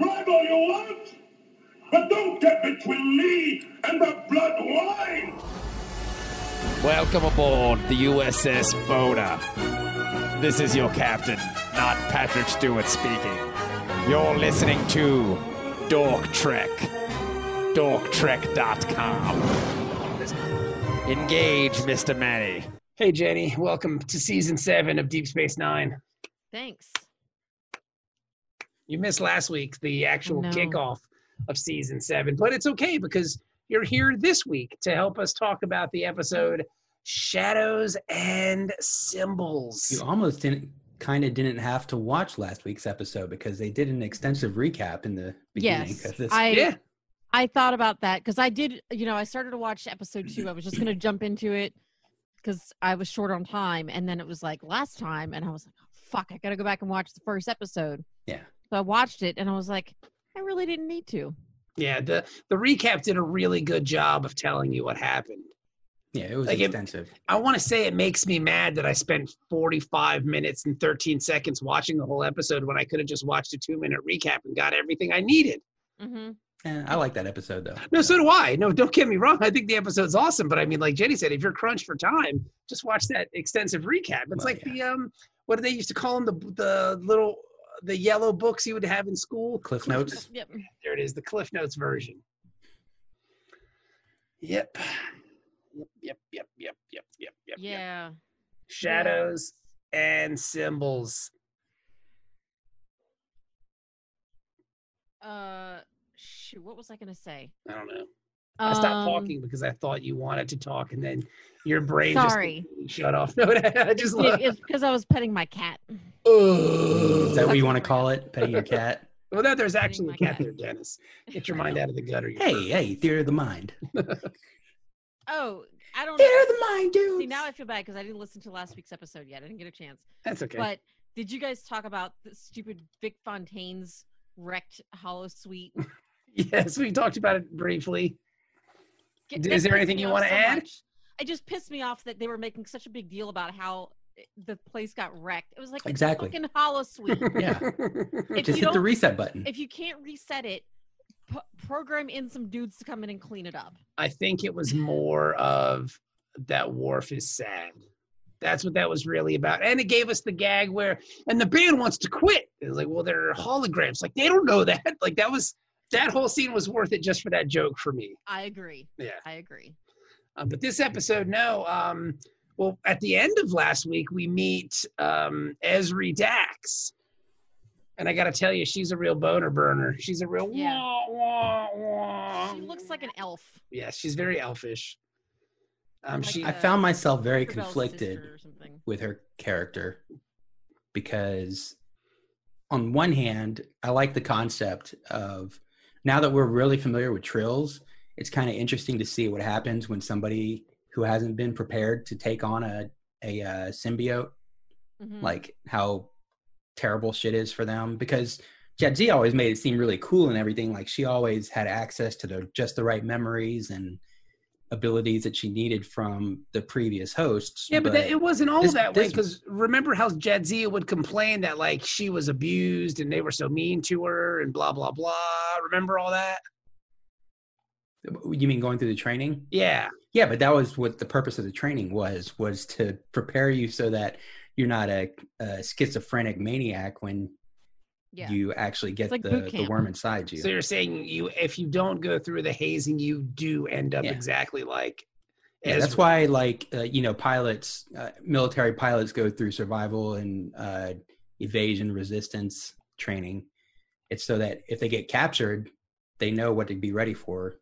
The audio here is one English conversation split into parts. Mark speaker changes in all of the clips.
Speaker 1: all you want, but don't get between me and the blood wine.
Speaker 2: Welcome aboard the USS Boda. This is your captain, not Patrick Stewart speaking. You're listening to Dork Trek. DorkTrek.com. Engage, Mr. Manny.
Speaker 3: Hey, Jenny, welcome to season seven of Deep Space Nine.
Speaker 4: Thanks.
Speaker 3: You missed last week, the actual
Speaker 4: No.
Speaker 3: kickoff of season seven, but it's okay because you're here this week to help us talk about the episode Shadows and
Speaker 5: You
Speaker 3: Symbols.
Speaker 5: almost didn't kind of didn't have to watch last week's episode because they did an extensive recap in the beginning
Speaker 4: Yes,
Speaker 5: of this.
Speaker 4: I
Speaker 3: Yeah.
Speaker 4: I thought about that because I did. You know, I started to watch episode two. I was just gonna jump into it because I was short on time, and then it was like last time, and I was like, "Oh, "Fuck, I gotta go back and watch the first episode."
Speaker 5: Yeah.
Speaker 4: So I watched it, and I was like, "I really didn't need to."
Speaker 3: Yeah, the, the recap did a really good job of telling you what happened.
Speaker 5: yeah, it was
Speaker 3: like it-
Speaker 5: extensive.
Speaker 3: I want to say it makes me mad that I spent 45 minutes and 13 seconds watching the whole episode when I could have just watched a two minute recap and got everything I needed.
Speaker 4: Mm-hmm.
Speaker 5: Eh, I like that episode though.
Speaker 3: No, so do I. No, don't get me wrong. I think the episode's awesome, but I mean, like Jenny said, if you're crunched for time, just watch that extensive recap. It's
Speaker 5: Well,
Speaker 3: like the um, what do they used to call them? The the little the yellow books you would have in school.
Speaker 5: Cliff Notes.
Speaker 4: Yep.
Speaker 3: There it is, the Cliff Notes version. Yep. Yep. Yep. Yep. Yep. Yep. Yep. Yep. Yep.
Speaker 4: Yeah.
Speaker 3: Shadows and symbols.
Speaker 4: Uh, shoot, what was I gonna say?
Speaker 3: I don't know. I
Speaker 4: Um,
Speaker 3: stopped talking because I thought you wanted to talk, and then your brain just
Speaker 4: Sorry.
Speaker 3: completely shut off. No, I just love.
Speaker 4: It's because I was petting my cat.
Speaker 5: Is that
Speaker 3: Ugh.
Speaker 5: what you want to call it? Petting your cat?
Speaker 3: Well, no, there's
Speaker 4: Petting
Speaker 3: actually
Speaker 4: my
Speaker 3: a cat
Speaker 4: cat.
Speaker 3: there, Dennis. Get your mind out of the gutter. you
Speaker 5: Hey, hey, theory of the mind.
Speaker 4: Oh, I don't.
Speaker 5: Theory of the mind, dude.
Speaker 4: See, now I feel bad because I didn't listen to last week's episode yet. I didn't get a chance.
Speaker 3: That's okay.
Speaker 4: But did you guys talk about the stupid Vic Fontaine's wrecked hollow suite?
Speaker 3: yes, we talked about it briefly.
Speaker 4: Get-
Speaker 3: D-
Speaker 4: that
Speaker 3: is there
Speaker 4: pissed
Speaker 3: anything
Speaker 4: me
Speaker 3: you
Speaker 4: off
Speaker 3: wanna
Speaker 4: so
Speaker 3: add?
Speaker 4: much. It just pissed me off that they were making such a big deal about how the place got wrecked. It was like
Speaker 5: Exactly.
Speaker 4: it's a fucking hollow suite.
Speaker 5: Yeah.
Speaker 4: if
Speaker 5: Just
Speaker 4: you
Speaker 5: hit the
Speaker 4: don't-
Speaker 5: reset button.
Speaker 4: if you can't reset it, p- program in some dudes to come in and clean it up.
Speaker 3: I think it was more of that Wharf is sad. That's what that was really about. And it gave us the gag where, and the band wants to quit. It's like, well, they're holograms. Like, they don't know that. Like, that was, that whole scene was worth it just for that joke for me.
Speaker 4: I agree.
Speaker 3: Yeah.
Speaker 4: I agree.
Speaker 3: Um, but this episode, no. Um, well, at the end of last week, we meet um, Esri Dax. And I got to tell you, she's a real boner burner. She's a real
Speaker 4: Yeah.
Speaker 3: wah, wah, wah.
Speaker 4: She looks like an elf.
Speaker 3: Yeah, she's very elfish. Um,
Speaker 4: Like
Speaker 3: she,
Speaker 5: I found myself very
Speaker 4: Tinkerbell's
Speaker 5: conflicted
Speaker 4: uh, sister or something.
Speaker 5: with her character because on one hand i like the concept of now that we're really familiar with trills it's kind of interesting to see what happens when somebody who hasn't been prepared to take on a, a uh, symbiote
Speaker 3: Hmm.
Speaker 4: Mhm.
Speaker 5: like how terrible shit is for them because Jadzia always made it seem really cool and everything like she always had access to the just the right memories and abilities that she needed from the previous hosts
Speaker 3: yeah, but, that, it wasn't all
Speaker 5: this-
Speaker 3: that way
Speaker 5: this-
Speaker 3: because remember how Jadzia would complain that like she was abused and they were so mean to her and blah blah blah. Remember all that?
Speaker 5: You mean going through the training?
Speaker 3: Yeah,
Speaker 5: Yeah, but that was what the purpose of the training was was to prepare you so that you're not a, a schizophrenic maniac when
Speaker 4: yeah.
Speaker 5: you actually
Speaker 4: It's
Speaker 5: get
Speaker 4: like boot
Speaker 5: the, the
Speaker 4: camp.
Speaker 5: worm inside you.
Speaker 3: So you're saying you, if you don't go through the hazing, you do end up
Speaker 5: Yeah.
Speaker 3: exactly like.
Speaker 5: Yeah, that's
Speaker 3: Ezra.
Speaker 5: why, like, uh, you know, pilots, uh, military pilots go through survival and uh, evasion resistance training. It's so that if they get captured, they know what to be ready for,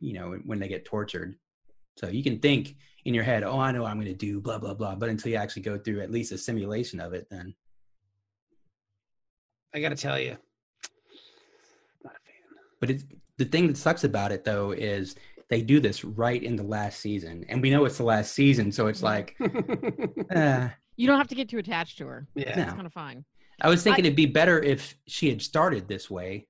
Speaker 5: you know, when they get tortured. So you can think in your head, oh, I know what I'm going to do, blah, blah, blah. But until you actually go through at least a simulation of it, then
Speaker 3: I got to tell you. Not a fan.
Speaker 5: But it's, the thing that sucks about it though is they do this right in the last season, and we know it's the last season, so
Speaker 4: Mhm.
Speaker 5: it's like, uh,
Speaker 4: You don't have to get too attached to her.
Speaker 3: yeah.
Speaker 4: It's
Speaker 5: No.
Speaker 4: kind of fine.
Speaker 5: I was thinking it'd be better if she had started this way,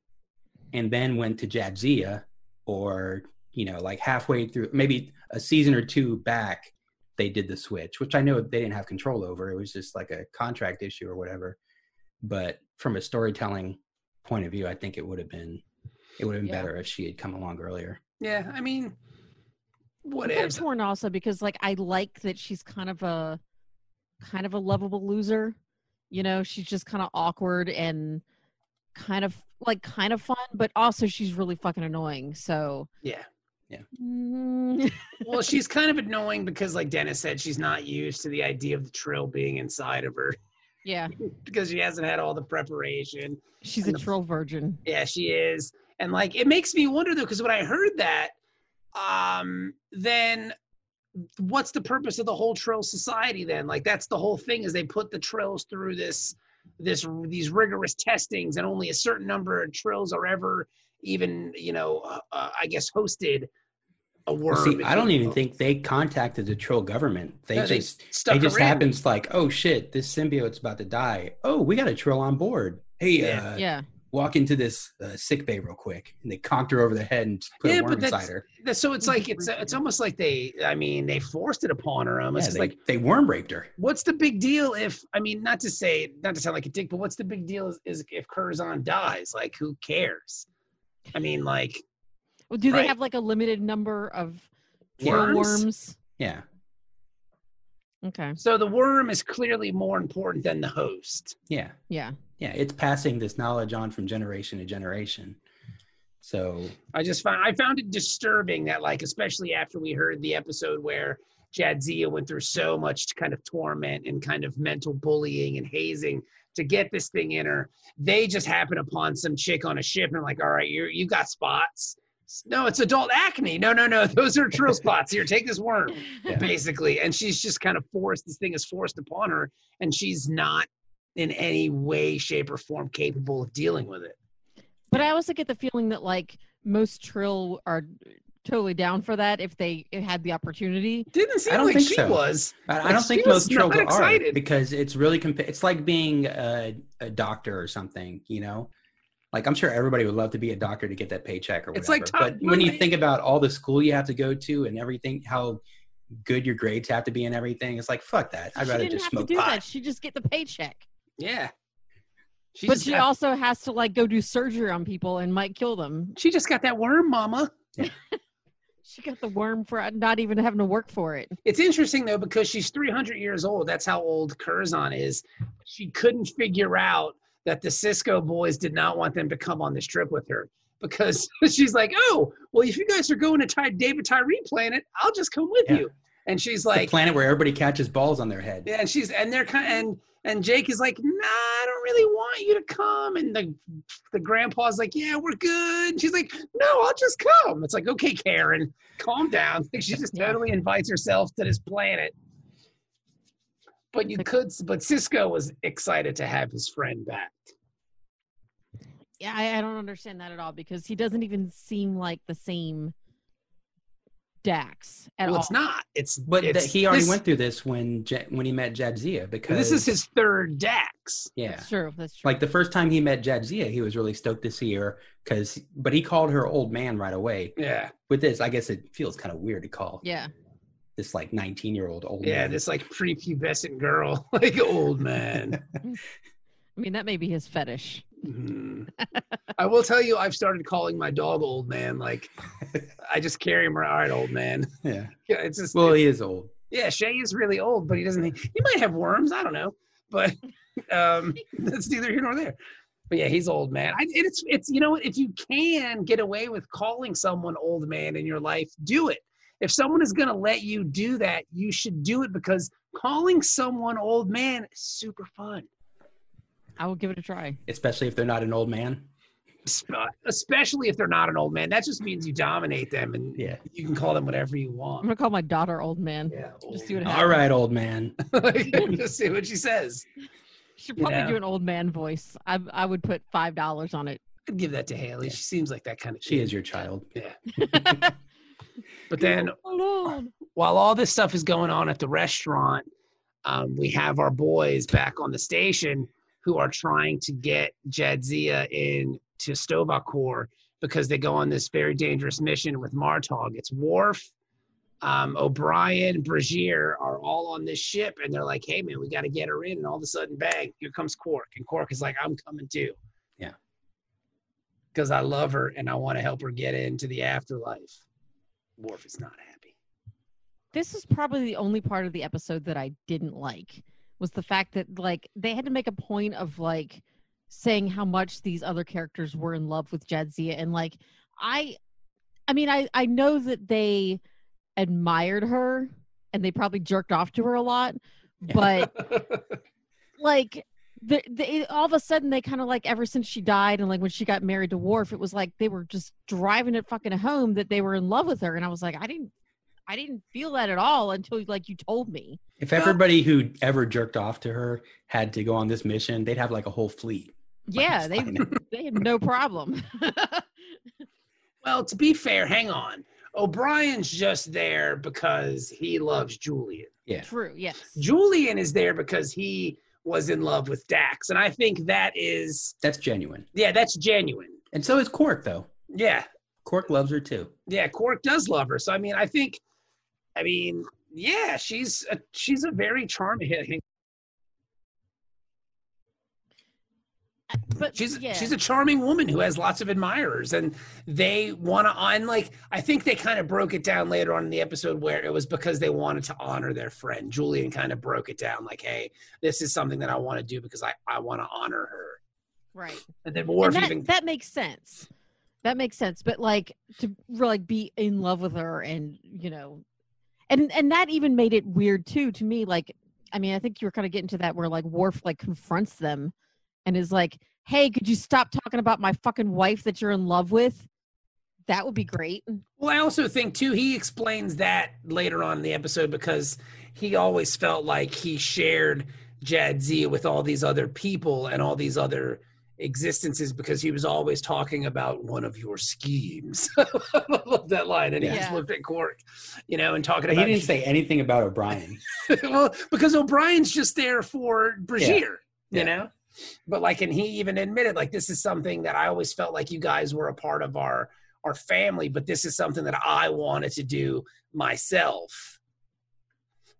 Speaker 5: and then went to Jadzia, or you know, like halfway through, maybe a season or two back, they did the switch, which I know they didn't have control over. It was just like a contract issue or whatever. But from a storytelling point of view, I think it would have been it would have been
Speaker 4: Yeah.
Speaker 5: better if she had come along earlier.
Speaker 3: Yeah, I mean, what
Speaker 4: I'm
Speaker 3: if?
Speaker 4: torn also because like I like that she's kind of a kind of a lovable loser. You know, she's just kind of awkward and kind of like kind of fun, but also she's really fucking annoying. So
Speaker 3: Yeah.
Speaker 5: Mm-hmm.
Speaker 4: Mm,
Speaker 3: Well, she's kind of annoying because, like Dennis said, she's not used to the idea of the trill being inside of her
Speaker 4: yeah,
Speaker 3: because she hasn't had all the preparation.
Speaker 4: she's a
Speaker 3: And the-
Speaker 4: troll virgin.
Speaker 3: Yeah, she is. And like it makes me wonder though, because when I heard that, um, then what's the purpose of the whole Trill Society then? Like that's the whole thing is they put the Trills through this this these rigorous testings and only a certain number of Trills are ever even, you know, uh, uh, I guess hosted a worm.
Speaker 5: Well, see,
Speaker 3: if
Speaker 5: I
Speaker 3: you
Speaker 5: don't even
Speaker 3: will.
Speaker 5: think they contacted the troll government. They
Speaker 3: No,
Speaker 5: just
Speaker 3: stuck
Speaker 5: it just
Speaker 3: her in.
Speaker 5: happens like, oh shit, this symbiote's about to die. Oh, we got a troll on board. Hey,
Speaker 3: Yeah.
Speaker 5: uh,
Speaker 4: Yeah,
Speaker 5: walk into this uh, sick bay real quick, and they conked her over the head and put
Speaker 3: Yeah,
Speaker 5: a worm
Speaker 3: but that's-
Speaker 5: inside her.
Speaker 3: That- So it's like it's uh, it's almost like they I mean they forced it upon her almost
Speaker 5: Yeah,
Speaker 3: 'cause,
Speaker 5: they,
Speaker 3: like
Speaker 5: they worm raped her.
Speaker 3: what's the big deal if I mean not to say not to sound like a dick, but what's the big deal is, is if Curzon dies? Like who cares? I mean, like
Speaker 4: well, do
Speaker 3: right.
Speaker 4: they have like a limited number of troll
Speaker 3: worms.
Speaker 4: worms?
Speaker 5: Yeah,
Speaker 4: Okay,
Speaker 3: So the worm is clearly more important than the host.
Speaker 5: yeah,
Speaker 4: yeah,
Speaker 5: yeah. It's passing this knowledge on from generation to generation. So
Speaker 3: I just found I found it disturbing that like especially after we heard the episode where Jadzia went through so much kind of torment and kind of mental bullying and hazing to get this thing in her. They just happen upon some chick on a ship and like, all right, you you got spots. No, it's adult acne. No, no, no. Those are true spots. Here, take this worm.
Speaker 5: Yeah.
Speaker 3: basically. And she's just kind of forced, this thing is forced upon her, and she's not in any way, shape, or form capable of dealing with it.
Speaker 4: But I also get the feeling that like most trill are totally down for that if they had the opportunity.
Speaker 3: Didn't seem
Speaker 5: I don't
Speaker 3: like
Speaker 5: think
Speaker 3: she
Speaker 5: so.
Speaker 3: was.
Speaker 5: I, I
Speaker 3: Like,
Speaker 5: don't
Speaker 3: she
Speaker 5: think
Speaker 3: was
Speaker 5: most troll
Speaker 3: not
Speaker 5: are
Speaker 3: excited.
Speaker 5: because it's really comp- it's like being a, a doctor or something, you know. Like I'm sure everybody would love to be a doctor to get that paycheck or whatever.
Speaker 3: It's like Top
Speaker 5: but when you
Speaker 3: Gun.
Speaker 5: think about all the school you have to go to and everything, how good your grades have to be and everything, it's like fuck that. I'd
Speaker 4: she
Speaker 5: rather
Speaker 4: didn't
Speaker 5: just
Speaker 4: have
Speaker 5: smoke
Speaker 4: to do
Speaker 5: pot.
Speaker 4: that. She just get the paycheck.
Speaker 3: Yeah. She
Speaker 4: but
Speaker 3: just
Speaker 4: she
Speaker 3: got,
Speaker 4: also has to like go do surgery on people and might kill them.
Speaker 3: she just got that worm, mama.
Speaker 4: She got the worm for not even having to work for it.
Speaker 3: It's interesting though because she's 300 years old. That's how old Curzon is. She couldn't figure out that the Cisco boys did not want them to come on this trip with her because she's like, "Oh, well, if you guys are going to Ty- David Tyree planet, I'll just come with
Speaker 5: Yeah.
Speaker 3: you." And she's
Speaker 5: It's
Speaker 3: like,
Speaker 5: the planet where everybody catches balls on their head.
Speaker 3: Yeah, and she's and they're kind and and Jake is like, nah, I don't really want you to come. And the the grandpa's like, yeah, we're good. And she's like, no, I'll just come. It's like, okay, Karen, calm down. Like, she just
Speaker 4: Yeah.
Speaker 3: totally invites herself to this planet. But you could, but Cisco was excited to have his friend back.
Speaker 4: Yeah, I, I don't understand that at all because he doesn't even seem like the same Dax at
Speaker 3: well,
Speaker 4: all.
Speaker 3: it's not. It's
Speaker 5: But that
Speaker 3: it's,
Speaker 5: he already
Speaker 3: this-
Speaker 5: went through this when Ja- when he met Jadzia because
Speaker 3: This is his third Dax.
Speaker 5: yeah.
Speaker 4: That's true. That's true.
Speaker 5: Like the first time he met Jadzia, he was really stoked to see her because, but he called her old man right away.
Speaker 3: Yeah,
Speaker 5: With this, I guess it feels kind of weird to call
Speaker 4: yeah,
Speaker 5: this like 19 year old old
Speaker 3: yeah.
Speaker 5: man.
Speaker 3: This like prepubescent girl, like old man.
Speaker 4: I mean that may be his fetish.
Speaker 3: Mm. I will tell you, I've started calling my dog old man. Like, I just carry him around. All right, old man.
Speaker 5: yeah.
Speaker 3: Yeah, it's just,
Speaker 5: Well,
Speaker 3: it's-
Speaker 5: he is old.
Speaker 3: yeah, Shay is really old, but he doesn't, he might have worms. I don't know. But um, that's neither here nor there. But yeah, he's old man. I, and it's, it's, you know, what, if you can get away with calling someone old man in your life, do it. If someone is going to let you do that, you should do it because calling someone old man is super fun.
Speaker 4: I will give it a try.
Speaker 5: Especially if they're not an old man.
Speaker 3: Sp- especially if they're not an old man. That just means you dominate them and
Speaker 5: Yeah.
Speaker 3: you can call them whatever you
Speaker 4: I'm
Speaker 3: want.
Speaker 4: gonna call my daughter old man.
Speaker 3: Yeah.
Speaker 4: Just do it.
Speaker 5: All right, old man.
Speaker 3: just see what she says.
Speaker 4: Should
Speaker 3: You
Speaker 4: probably
Speaker 3: know.
Speaker 4: do an old man voice. I I would put five dollars on it.
Speaker 3: I'd give that to Haley.
Speaker 5: Yeah.
Speaker 3: She seems like that kind of
Speaker 5: She
Speaker 3: kid.
Speaker 5: is your child.
Speaker 3: But then
Speaker 4: Alone.
Speaker 3: while all this stuff is going on at the restaurant, um, we have our boys back on the station who are trying to get Jadzia in to Stovakor because they go on this very dangerous mission with Martog. It's Worf, um, O'Brien, Brazier are all on this ship, and they're like, "Hey, man, we got to get her in." And all of a sudden, bang! Here comes Quark, and Quark is like, "I'm coming too."
Speaker 5: Yeah.
Speaker 3: because I love her and I want to help her get into the afterlife. Worf is not happy.
Speaker 4: this is probably the only part of the episode that I didn't like was the fact that like they had to make a point of like saying how much these other characters were in love with Jadzia and like I I mean I I know that they admired her and they probably jerked off to her a lot but like the, they all of a sudden they kind of like ever since she died and like when she got married to Worf it was like they were just driving it fucking home that they were in love with her and I was like I didn't I didn't feel that at all until like you told me.
Speaker 5: If everybody who ever jerked off to her had to go on this mission, they'd have like a whole fleet.
Speaker 4: Yeah, they they had no problem.
Speaker 3: Well, to be fair, hang on. O'Brien's just there because he loves Julian.
Speaker 5: Yeah.
Speaker 4: True. Yes.
Speaker 3: Julian is there because he was in love with Dax. And I think that is,
Speaker 5: That's genuine.
Speaker 3: yeah, that's genuine.
Speaker 5: And so is Cork, though.
Speaker 3: Yeah.
Speaker 5: Cork loves her too.
Speaker 3: Yeah. Quark does love her. So, I mean, I think, I mean, yeah, she's a, she's a very charming.
Speaker 4: Uh, But
Speaker 3: She's
Speaker 4: yeah.
Speaker 3: she's a charming woman who has lots of admirers, and they want to. And like I think they kind of broke it down later on in the episode where it was because they wanted to honor their friend. Julian kind of broke it down like, "Hey, this is something that I want to do because I I want to honor her."
Speaker 4: right.
Speaker 3: And then
Speaker 4: And
Speaker 3: Worf
Speaker 4: that,
Speaker 3: even
Speaker 4: that makes sense. That makes sense. But like to like be in love with her and you know, and and that even made it weird too to me. Like, I mean, I think you were kind of getting to that where like Worf like confronts them and is like, "Hey, could you stop talking about my fucking wife that you're in love with? That would be great."
Speaker 3: Well, I also think too he explains that later on in the episode because he always felt like he shared Jadzia with all these other people and all these other existences because he was always talking about one of your schemes. I love that line, and he just
Speaker 4: Yeah.
Speaker 3: looked at Quark, you know, and talking
Speaker 5: He
Speaker 3: about
Speaker 5: didn't say anything about O'Brien.
Speaker 3: well because O'Brien's just there for Brigier,
Speaker 5: Yeah.
Speaker 3: you know. But like, and he even admitted like this is something that I always felt like you guys were a part of our our family, but this is something that I wanted to do myself.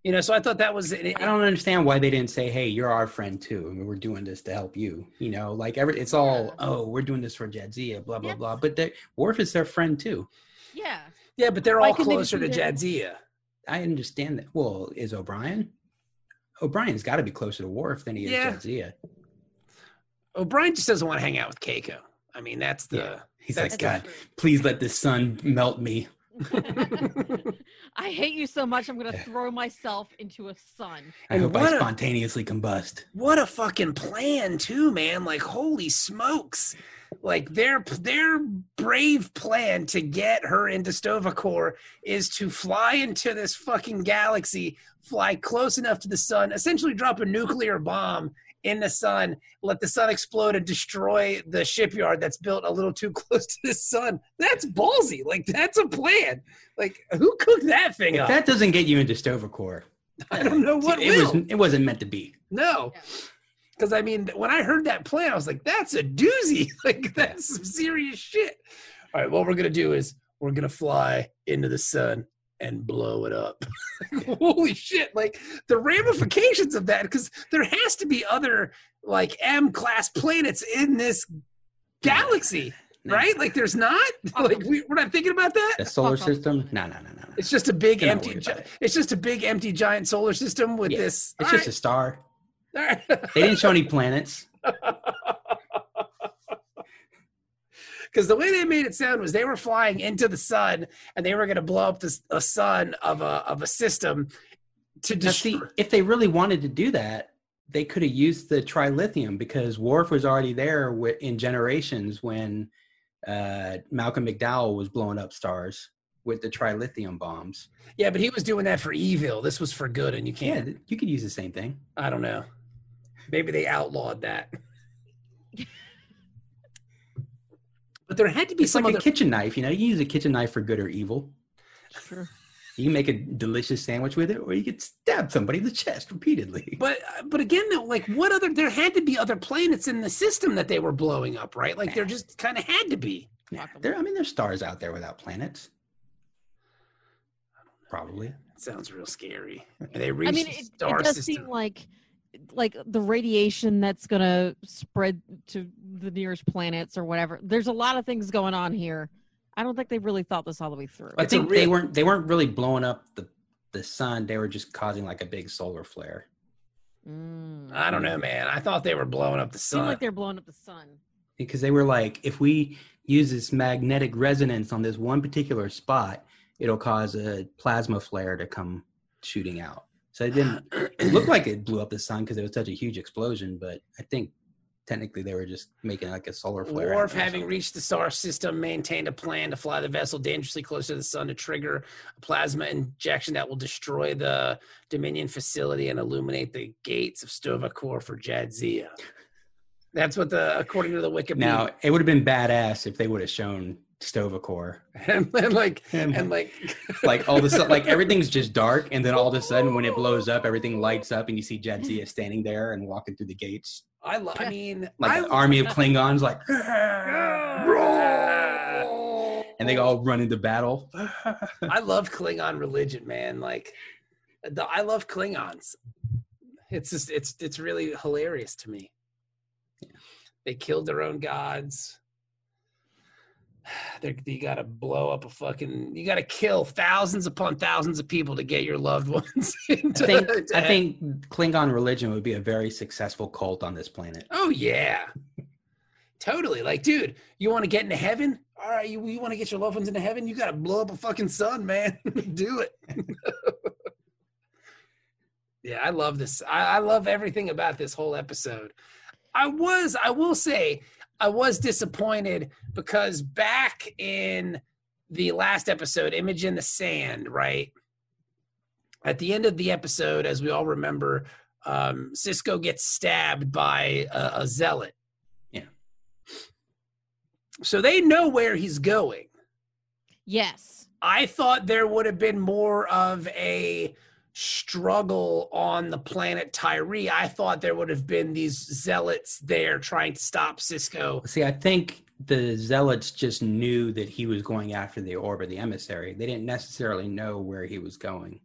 Speaker 3: You know, so I thought that was an,
Speaker 5: I don't understand why they didn't say, "Hey, you're our friend too, and we're doing this to help you." You know, like every it's all,
Speaker 4: Yeah.
Speaker 5: "Oh, we're doing this for Jadzia," blah blah
Speaker 4: Yes.
Speaker 5: blah. But they- Worf is their friend too.
Speaker 4: Yeah.
Speaker 3: yeah, but they're
Speaker 4: Why
Speaker 3: all
Speaker 4: couldn't they just
Speaker 3: closer to
Speaker 4: do that?
Speaker 3: Jadzia.
Speaker 5: I understand that. Well, is O'Brien? O'Brien's got to be closer to Worf than he is
Speaker 3: Yeah.
Speaker 5: Jadzia.
Speaker 3: O'Brien just doesn't want to hang out with Keiko. I mean, that's the
Speaker 5: He's
Speaker 3: That's
Speaker 5: like, "God, please let the sun melt me."
Speaker 4: I hate you so much. I'm gonna throw myself into a sun.
Speaker 5: I
Speaker 3: And
Speaker 5: hope
Speaker 3: what
Speaker 5: I
Speaker 3: a-
Speaker 5: spontaneously combust.
Speaker 3: what a fucking plan too man like holy smokes like their their brave plan to get her into Stovacor is to fly into this fucking galaxy, fly close enough to the sun, essentially drop a nuclear bomb in the sun, let the sun explode and destroy the shipyard that's built a little too close to the sun. That's ballsy. Like that's a plan. Like who cooked that thing
Speaker 5: If
Speaker 3: up?
Speaker 5: that doesn't get you into Stovacor,
Speaker 3: I don't know what
Speaker 5: it
Speaker 3: will.
Speaker 5: was. It wasn't meant to be.
Speaker 3: No.
Speaker 4: Yeah.
Speaker 3: Because I mean, when I heard that plan, I was like, that's a doozy. like, that's some serious shit. All right, what we're going to do is we're going to fly into the sun and blow it up. Holy shit. Like, the ramifications of that, because there has to be other, like, M class planets in this galaxy,
Speaker 5: No.
Speaker 3: right? Like, there's not? like, we, we're not thinking about that?
Speaker 5: The solar
Speaker 4: off.
Speaker 5: system? No, no, no, no. no.
Speaker 3: It's just a big
Speaker 5: They're not
Speaker 3: empty.
Speaker 5: worried
Speaker 3: gi-
Speaker 5: about it.
Speaker 3: it's just a big empty giant solar system with
Speaker 5: Yeah.
Speaker 3: this.
Speaker 5: It's
Speaker 3: all
Speaker 5: just a star.
Speaker 3: right, all right.
Speaker 5: They didn't show any planets.
Speaker 3: Because the way they made it sound was they were flying into the sun and they were going to blow up this, a sun of a of a system to
Speaker 5: Now, see,
Speaker 3: destroy.
Speaker 5: if they really wanted to do that, they could have used the trilithium because Worf was already there wi- in generations when uh, Malcolm McDowell was blowing up stars with the trilithium bombs.
Speaker 3: Yeah, but he was doing that for evil. This was for good, and you
Speaker 5: Yeah,
Speaker 3: can't.
Speaker 5: th- you could use the same thing.
Speaker 3: I don't know. Maybe they outlawed that. but there had to be
Speaker 5: It's
Speaker 3: some
Speaker 5: like a
Speaker 3: other.
Speaker 5: kitchen knife. You know, you can use a kitchen knife for good or evil.
Speaker 4: Sure.
Speaker 5: You can make a delicious sandwich with it, or you could stab somebody in the chest repeatedly.
Speaker 3: But but again, though, like what other? There had to be other planets in the system that they were blowing up, right? Like there just kind of had to be.
Speaker 5: Nah, there, I mean, there's stars out there without planets. Probably.
Speaker 3: Sounds real scary. And they reached
Speaker 4: I mean,
Speaker 3: the
Speaker 4: it, it
Speaker 3: star
Speaker 4: does
Speaker 3: system.
Speaker 4: seem like like the radiation that's gonna spread to the nearest planets or whatever. There's a lot of things going on here. I don't think they really thought this all the way through.
Speaker 5: I
Speaker 3: That's a
Speaker 5: think
Speaker 3: real-
Speaker 5: they weren't they weren't really blowing up the the sun. They were just causing like a big solar flare.
Speaker 4: Mm.
Speaker 3: I don't know, man. I thought they were blowing up the
Speaker 4: Seemed
Speaker 3: sun.
Speaker 4: like they're blowing up the sun.
Speaker 5: because they were like, if we use this magnetic resonance on this one particular spot, it'll cause a plasma flare to come shooting out. So it didn't look like it blew up the sun because it was such a huge explosion, but I think technically they were just making like a solar flare.
Speaker 3: Worf,
Speaker 5: out of it or
Speaker 3: having
Speaker 5: something.
Speaker 3: reached the SAR system, maintained a plan to fly the vessel dangerously close to the sun to trigger a plasma injection that will destroy the Dominion facility and illuminate the gates of Stova Corps for Jadzia. That's what the according to the Wikipedia.
Speaker 5: now it would have been badass if they would have shown Stovacor
Speaker 3: and, then like and like
Speaker 5: like all of a sudden, like everything's just dark, and then all of a sudden, when it blows up, everything lights up, and you see Jadzia standing there and walking through the gates,
Speaker 3: I, lo- I mean
Speaker 5: like
Speaker 3: I,
Speaker 5: an army of Klingons, like and they all run into battle.
Speaker 3: I love Klingon religion, man. Like, the, I love Klingons. It's just it's it's really hilarious to me. They killed their own gods. They're, you gotta blow up a fucking. You gotta kill thousands upon thousands of people to get your loved ones. into-
Speaker 5: I think
Speaker 3: to
Speaker 5: I
Speaker 3: heaven.
Speaker 5: think Klingon religion would be a very successful cult on this planet.
Speaker 3: Oh yeah, totally. Like, dude, you want to get into heaven? All right, you, you want to get your loved ones into heaven? You gotta blow up a fucking sun, man. Do it. yeah, I love this. I, I love everything about this whole episode. I was, I will say, I was disappointed because back in the last episode, Image in the Sand, right? At the end of the episode, as we all remember, um, Cisco gets stabbed by a, a zealot.
Speaker 5: Yeah.
Speaker 3: So they know where he's going.
Speaker 4: Yes.
Speaker 3: I thought there would have been more of a struggle on the planet Tyree. I thought there would have been these zealots there trying to stop Cisco.
Speaker 5: See, I think the zealots just knew that he was going after the orb of the emissary. They didn't necessarily know where he was going.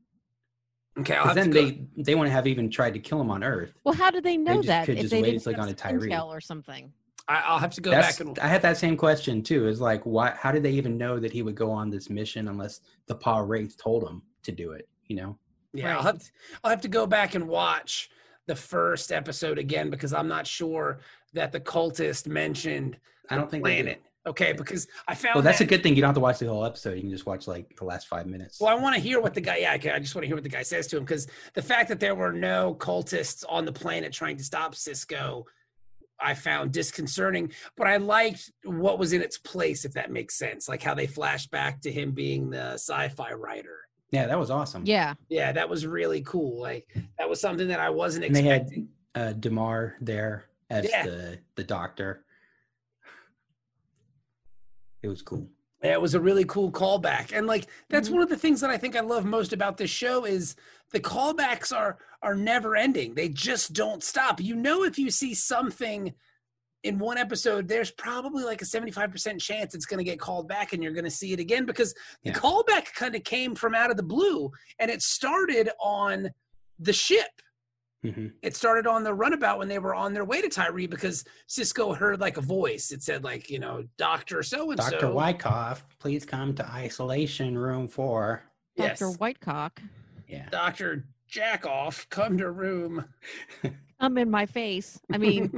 Speaker 3: Okay, I'll
Speaker 5: 'Cause
Speaker 3: have
Speaker 5: Then
Speaker 3: to go-
Speaker 5: they they wouldn't have even tried to kill him on Earth.
Speaker 4: Well, how did they know
Speaker 5: just
Speaker 4: that?
Speaker 5: could
Speaker 4: If
Speaker 5: just
Speaker 4: they
Speaker 5: wait,
Speaker 4: didn't
Speaker 5: it's like
Speaker 4: have
Speaker 5: on a
Speaker 4: some
Speaker 5: Tyree.
Speaker 4: intel or something.
Speaker 3: I, I'll have to go
Speaker 5: That's,
Speaker 3: back and
Speaker 5: I had that same question too. Is like, why? How did they even know that he would go on this mission unless the Paw Wraith told him to do it? You know,
Speaker 3: Yeah, I'll, have to, I'll have to go back and watch the first episode again because I'm not sure that the cultist mentioned
Speaker 5: I don't think they did.
Speaker 3: planet. Okay, because I found
Speaker 5: Well, that's a
Speaker 3: that-
Speaker 5: good thing. You don't have to watch the whole episode. You can just watch like the last five minutes.
Speaker 3: Well, I want to hear what the guy. Yeah, okay, I just want to hear what the guy says to him because the fact that there were no cultists on the planet trying to stop Cisco, I found disconcerting. But I liked what was in its place, if that makes sense. Like how they flashed back to him being the sci-fi writer.
Speaker 5: yeah, that was awesome.
Speaker 4: Yeah.
Speaker 3: Yeah, that was really cool. Like that was something that I wasn't
Speaker 5: and they
Speaker 3: expecting.
Speaker 5: had uh, Demar there as
Speaker 3: Yeah.
Speaker 5: the the doctor. It was cool.
Speaker 3: Yeah, it was a really cool callback. And like that's
Speaker 5: Mm-hmm.
Speaker 3: one of the things that I think I love most about this show is the callbacks are are never ending. They just don't stop. You know if you see something in one episode, there's probably like a 75% chance it's going to get called back and you're going to see it again because
Speaker 5: Yeah.
Speaker 3: the callback kind of came from out of the blue and it started on the ship
Speaker 5: hmm
Speaker 3: it started on the runabout when they were on their way to Tyree because Cisco heard like a voice. It said like, you know, Doctor So and So.
Speaker 5: Doctor Wyckoff, please come to isolation room four.
Speaker 3: Yes.
Speaker 4: Dr. Whitecock.
Speaker 5: Yeah,
Speaker 3: Doctor Jackoff, come to room.
Speaker 4: I'm in my face. I mean,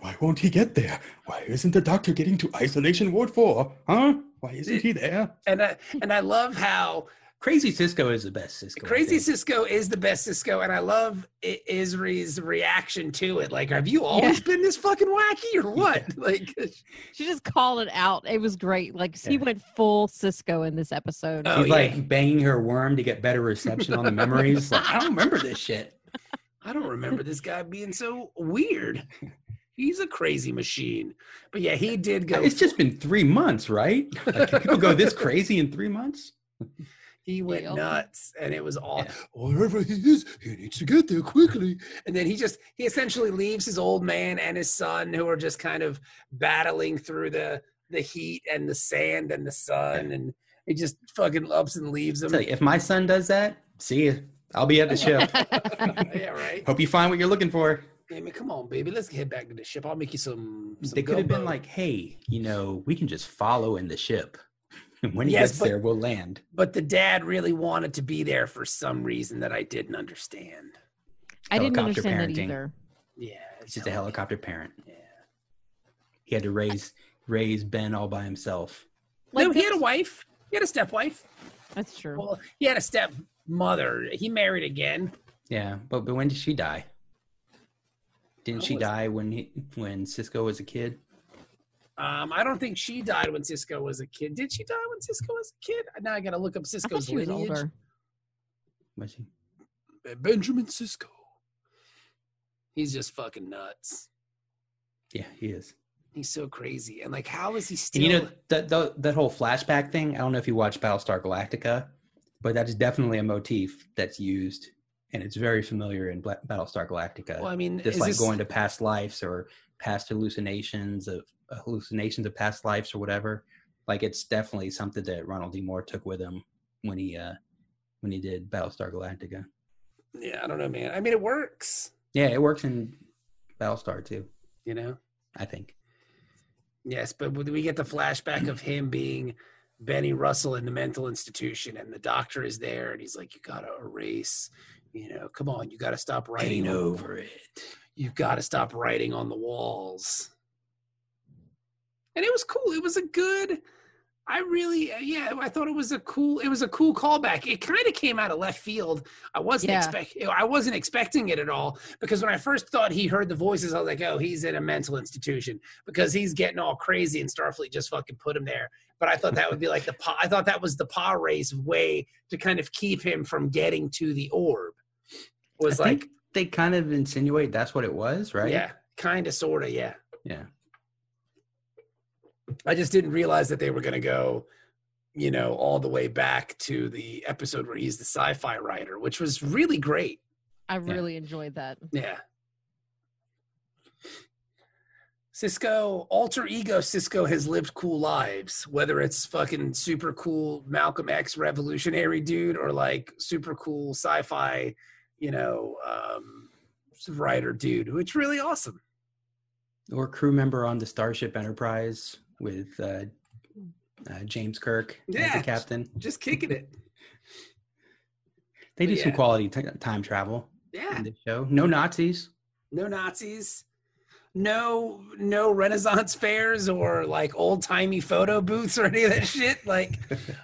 Speaker 6: Why won't he get there? Why isn't the doctor getting to isolation ward four? Huh? Why isn't he there?
Speaker 3: And I, and I love how
Speaker 5: Crazy Cisco is the best Cisco. I
Speaker 3: Crazy
Speaker 5: think.
Speaker 3: Cisco is the best Cisco, and I love I- Isri's reaction to it. Like, have you always been this fucking wacky or what? Like,
Speaker 4: she just called it out. It was great. Like he
Speaker 5: Yeah.
Speaker 4: went full Cisco in this episode.
Speaker 3: Oh,
Speaker 5: He's
Speaker 3: yeah.
Speaker 5: like banging her worm to get better reception on the memories. Like, I don't remember this shit.
Speaker 3: I don't remember this guy being so weird. He's a crazy machine. But yeah, he did go.
Speaker 5: It's just been three months, right? Like, can people go this crazy in three months?
Speaker 3: He went
Speaker 4: Deal.
Speaker 3: nuts, and it was all
Speaker 5: Yeah.
Speaker 3: wherever he is, he needs to get there quickly. And then he just he essentially leaves his old man and his son, who are just kind of battling through the the heat and the sand and the sun, and he just fucking ups and leaves
Speaker 5: I'll
Speaker 3: them.
Speaker 5: tell you, if my son does that, see you. I'll be at the ship.
Speaker 3: yeah, right.
Speaker 5: Hope you find what you're looking for.
Speaker 3: I mean, come on, baby. Let's head back to the ship. I'll make you some. some
Speaker 5: They could have been
Speaker 3: gumbo.
Speaker 5: like, hey, you know, we can just follow in the ship. And when he
Speaker 3: Yes,
Speaker 5: gets
Speaker 3: but-
Speaker 5: there, we'll land.
Speaker 3: but the dad really wanted to be there for some reason that I didn't understand.
Speaker 4: I didn't
Speaker 5: Helicopter
Speaker 4: understand that
Speaker 5: parenting.
Speaker 4: either.
Speaker 3: Yeah,
Speaker 5: He's just a
Speaker 3: helicopter.
Speaker 5: helicopter parent.
Speaker 3: Yeah.
Speaker 5: He had to raise raise Ben all by himself.
Speaker 4: Like,
Speaker 3: no, he had a
Speaker 4: that's-
Speaker 3: wife. He had a stepwife.
Speaker 4: that's true.
Speaker 3: Well, he had a stepmother. He married again.
Speaker 5: Yeah, but but when did she die? Didn't
Speaker 3: That
Speaker 5: she
Speaker 3: was-
Speaker 5: die when he, when Cisco was a kid?
Speaker 3: Um, I don't think she died when Cisco was a kid. Did she die when Cisco was a kid? Now I gotta look up
Speaker 4: I thought
Speaker 3: Cisco's
Speaker 4: she was
Speaker 3: lineage.
Speaker 4: older.
Speaker 5: Was she?
Speaker 3: Benjamin Cisco. He's just fucking nuts.
Speaker 5: Yeah, he is.
Speaker 3: He's so crazy. And like, how is he
Speaker 5: And
Speaker 3: still?
Speaker 5: you know that that that whole flashback thing. I don't know if you watched Battlestar Galactica, but that is definitely a motif that's used, and it's very familiar in Bla- Battlestar Galactica.
Speaker 3: well, I mean,
Speaker 5: just
Speaker 3: is
Speaker 5: like
Speaker 3: this-
Speaker 5: going to past lives or past hallucinations of hallucinations of past lives or whatever. Like it's definitely something that Ronald D. Moore took with him when he uh when he did Battlestar Galactica.
Speaker 3: Yeah, I don't know, man. I mean, it works.
Speaker 5: Yeah, it works in Battlestar too,
Speaker 3: You know.
Speaker 5: I think.
Speaker 3: Yes, but we we get the flashback of him being Benny Russell in the mental institution, and the doctor is there, and he's like, "You gotta erase, you know, come on, you gotta stop writing. on-
Speaker 5: it.
Speaker 3: You gotta stop writing on the walls." And it was cool. It was a good. I really, uh, yeah, I thought it was a cool. It was a cool callback. It kind of came out of left field. I wasn't
Speaker 4: Yeah.
Speaker 3: expect. I wasn't expecting it at all because when I first thought he heard the voices, I was like, "Oh, he's in a mental institution." because he's getting all crazy and Starfleet just fucking put him there. But I thought that would be like the pa, I thought that was the Pa Ray's way to kind of keep him from getting to the orb. Was
Speaker 5: I
Speaker 3: like,
Speaker 5: think they kind of insinuate that's what it was, right?
Speaker 3: yeah, kind of, sort of, yeah.
Speaker 5: Yeah.
Speaker 3: I just didn't realize that they were going to go, you know, all the way back to the episode where he's the sci-fi writer, which was really great.
Speaker 4: I really enjoyed that.
Speaker 3: Yeah. Cisco, alter ego Cisco has lived cool lives, whether it's fucking super cool Malcolm X revolutionary dude or like super cool sci fi, you know, um, writer dude, which really awesome.
Speaker 5: Or crew member on the Starship Enterprise with uh, uh, James Kirk as
Speaker 3: Yeah.
Speaker 5: the captain.
Speaker 3: Just kicking it.
Speaker 5: They do some
Speaker 3: Yeah.
Speaker 5: quality t- time travel
Speaker 3: Yeah.
Speaker 5: in this show. No Nazis.
Speaker 3: No Nazis. No, no Renaissance fairs or like old timey photo booths or any of that shit. Like,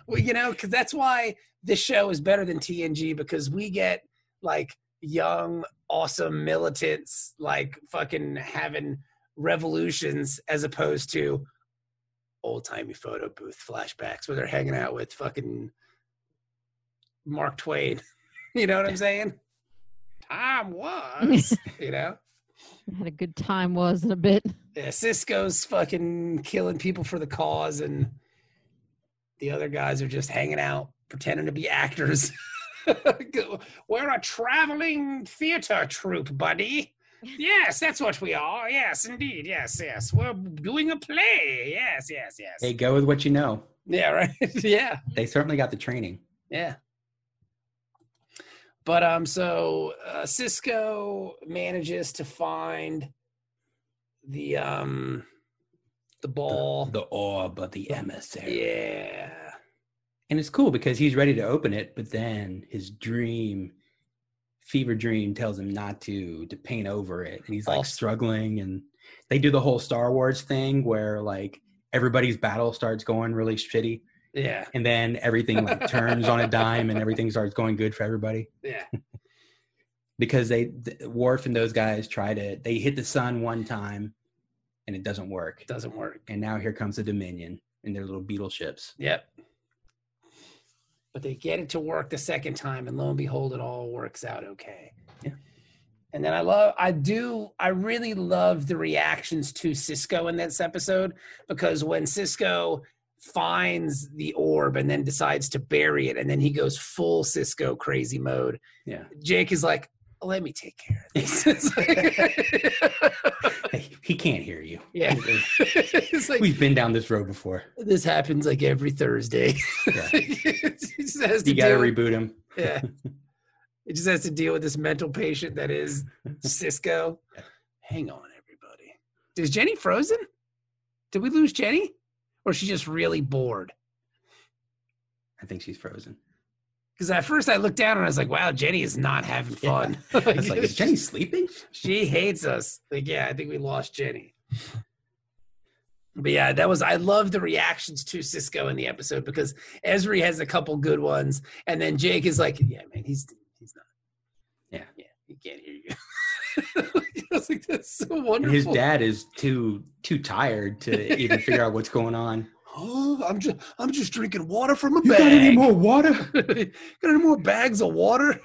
Speaker 3: well, you know, because that's why this show is better than TNG because we get like young, awesome militants like fucking having revolutions as opposed to old timey photo booth flashbacks where they're hanging out with fucking Mark Twain. You know what I'm saying? Time was, you know?
Speaker 4: I had a good time, was it a bit?
Speaker 3: Yeah, Cisco's fucking killing people for the cause, and the other guys are just hanging out, pretending to be actors. Go, We're a traveling theater troupe, buddy. Yes, that's what we are. Yes, indeed. Yes, yes. We're doing a play. Yes, yes, yes.
Speaker 5: Hey, go with what you know.
Speaker 3: Yeah, right. yeah.
Speaker 5: They certainly got the training.
Speaker 3: Yeah. But um, so uh, Cisco manages to find the um the ball.
Speaker 5: The orb of the emissary.
Speaker 3: yeah.
Speaker 5: And it's cool because he's ready to open it, but then his dream, fever dream, tells him not to, to paint over it. And he's like
Speaker 3: Also-
Speaker 5: struggling. And they do the whole Star Wars thing where like everybody's battle starts going really shitty.
Speaker 3: Yeah.
Speaker 5: And then everything like turns on a dime and everything starts going good for everybody.
Speaker 3: Yeah.
Speaker 5: because they th- Worf and those guys try to they hit the sun one time and it doesn't work.
Speaker 3: Doesn't work.
Speaker 5: And now here comes the Dominion and their little beetle ships.
Speaker 3: Yep. But they get it to work the second time, and lo and behold, it all works out okay.
Speaker 5: Yeah.
Speaker 3: And then I love, I do, I really love the reactions to Cisco in this episode because when Cisco finds the orb and then decides to bury it, and then he goes full Cisco crazy mode,
Speaker 5: Yeah.
Speaker 3: Jake is like, let me take care of this. It's like-
Speaker 5: Hey, he can't hear you.
Speaker 3: yeah. it's like,
Speaker 5: We've been down this road before.
Speaker 3: this happens like every Thursday.
Speaker 5: Yeah.
Speaker 3: It just has to
Speaker 5: You got to
Speaker 3: do it.
Speaker 5: reboot him.
Speaker 3: Yeah. It just has to deal with this mental patient that is Cisco. Hang on, everybody. Is Jenny frozen? Did we lose Jenny? Or is she just really bored?
Speaker 5: I think she's frozen.
Speaker 3: Because at first I looked down and I was like, wow, Jenny is not having fun.
Speaker 5: I was like, is Jenny sleeping?
Speaker 3: she hates us. Like, yeah, I think we lost Jenny. But yeah, that was I love the reactions to Cisco in the episode because Esri has a couple good ones, and then Jake is like, "Yeah, man, he's he's not.
Speaker 5: Yeah.
Speaker 3: yeah, he can't hear you." I was like, "That's so
Speaker 5: And
Speaker 3: wonderful."
Speaker 5: his dad is too too tired to even figure out what's going on.
Speaker 3: Oh, I'm just I'm just drinking water from a
Speaker 6: You got any
Speaker 3: bag.
Speaker 6: more water?
Speaker 3: got any more bags of water?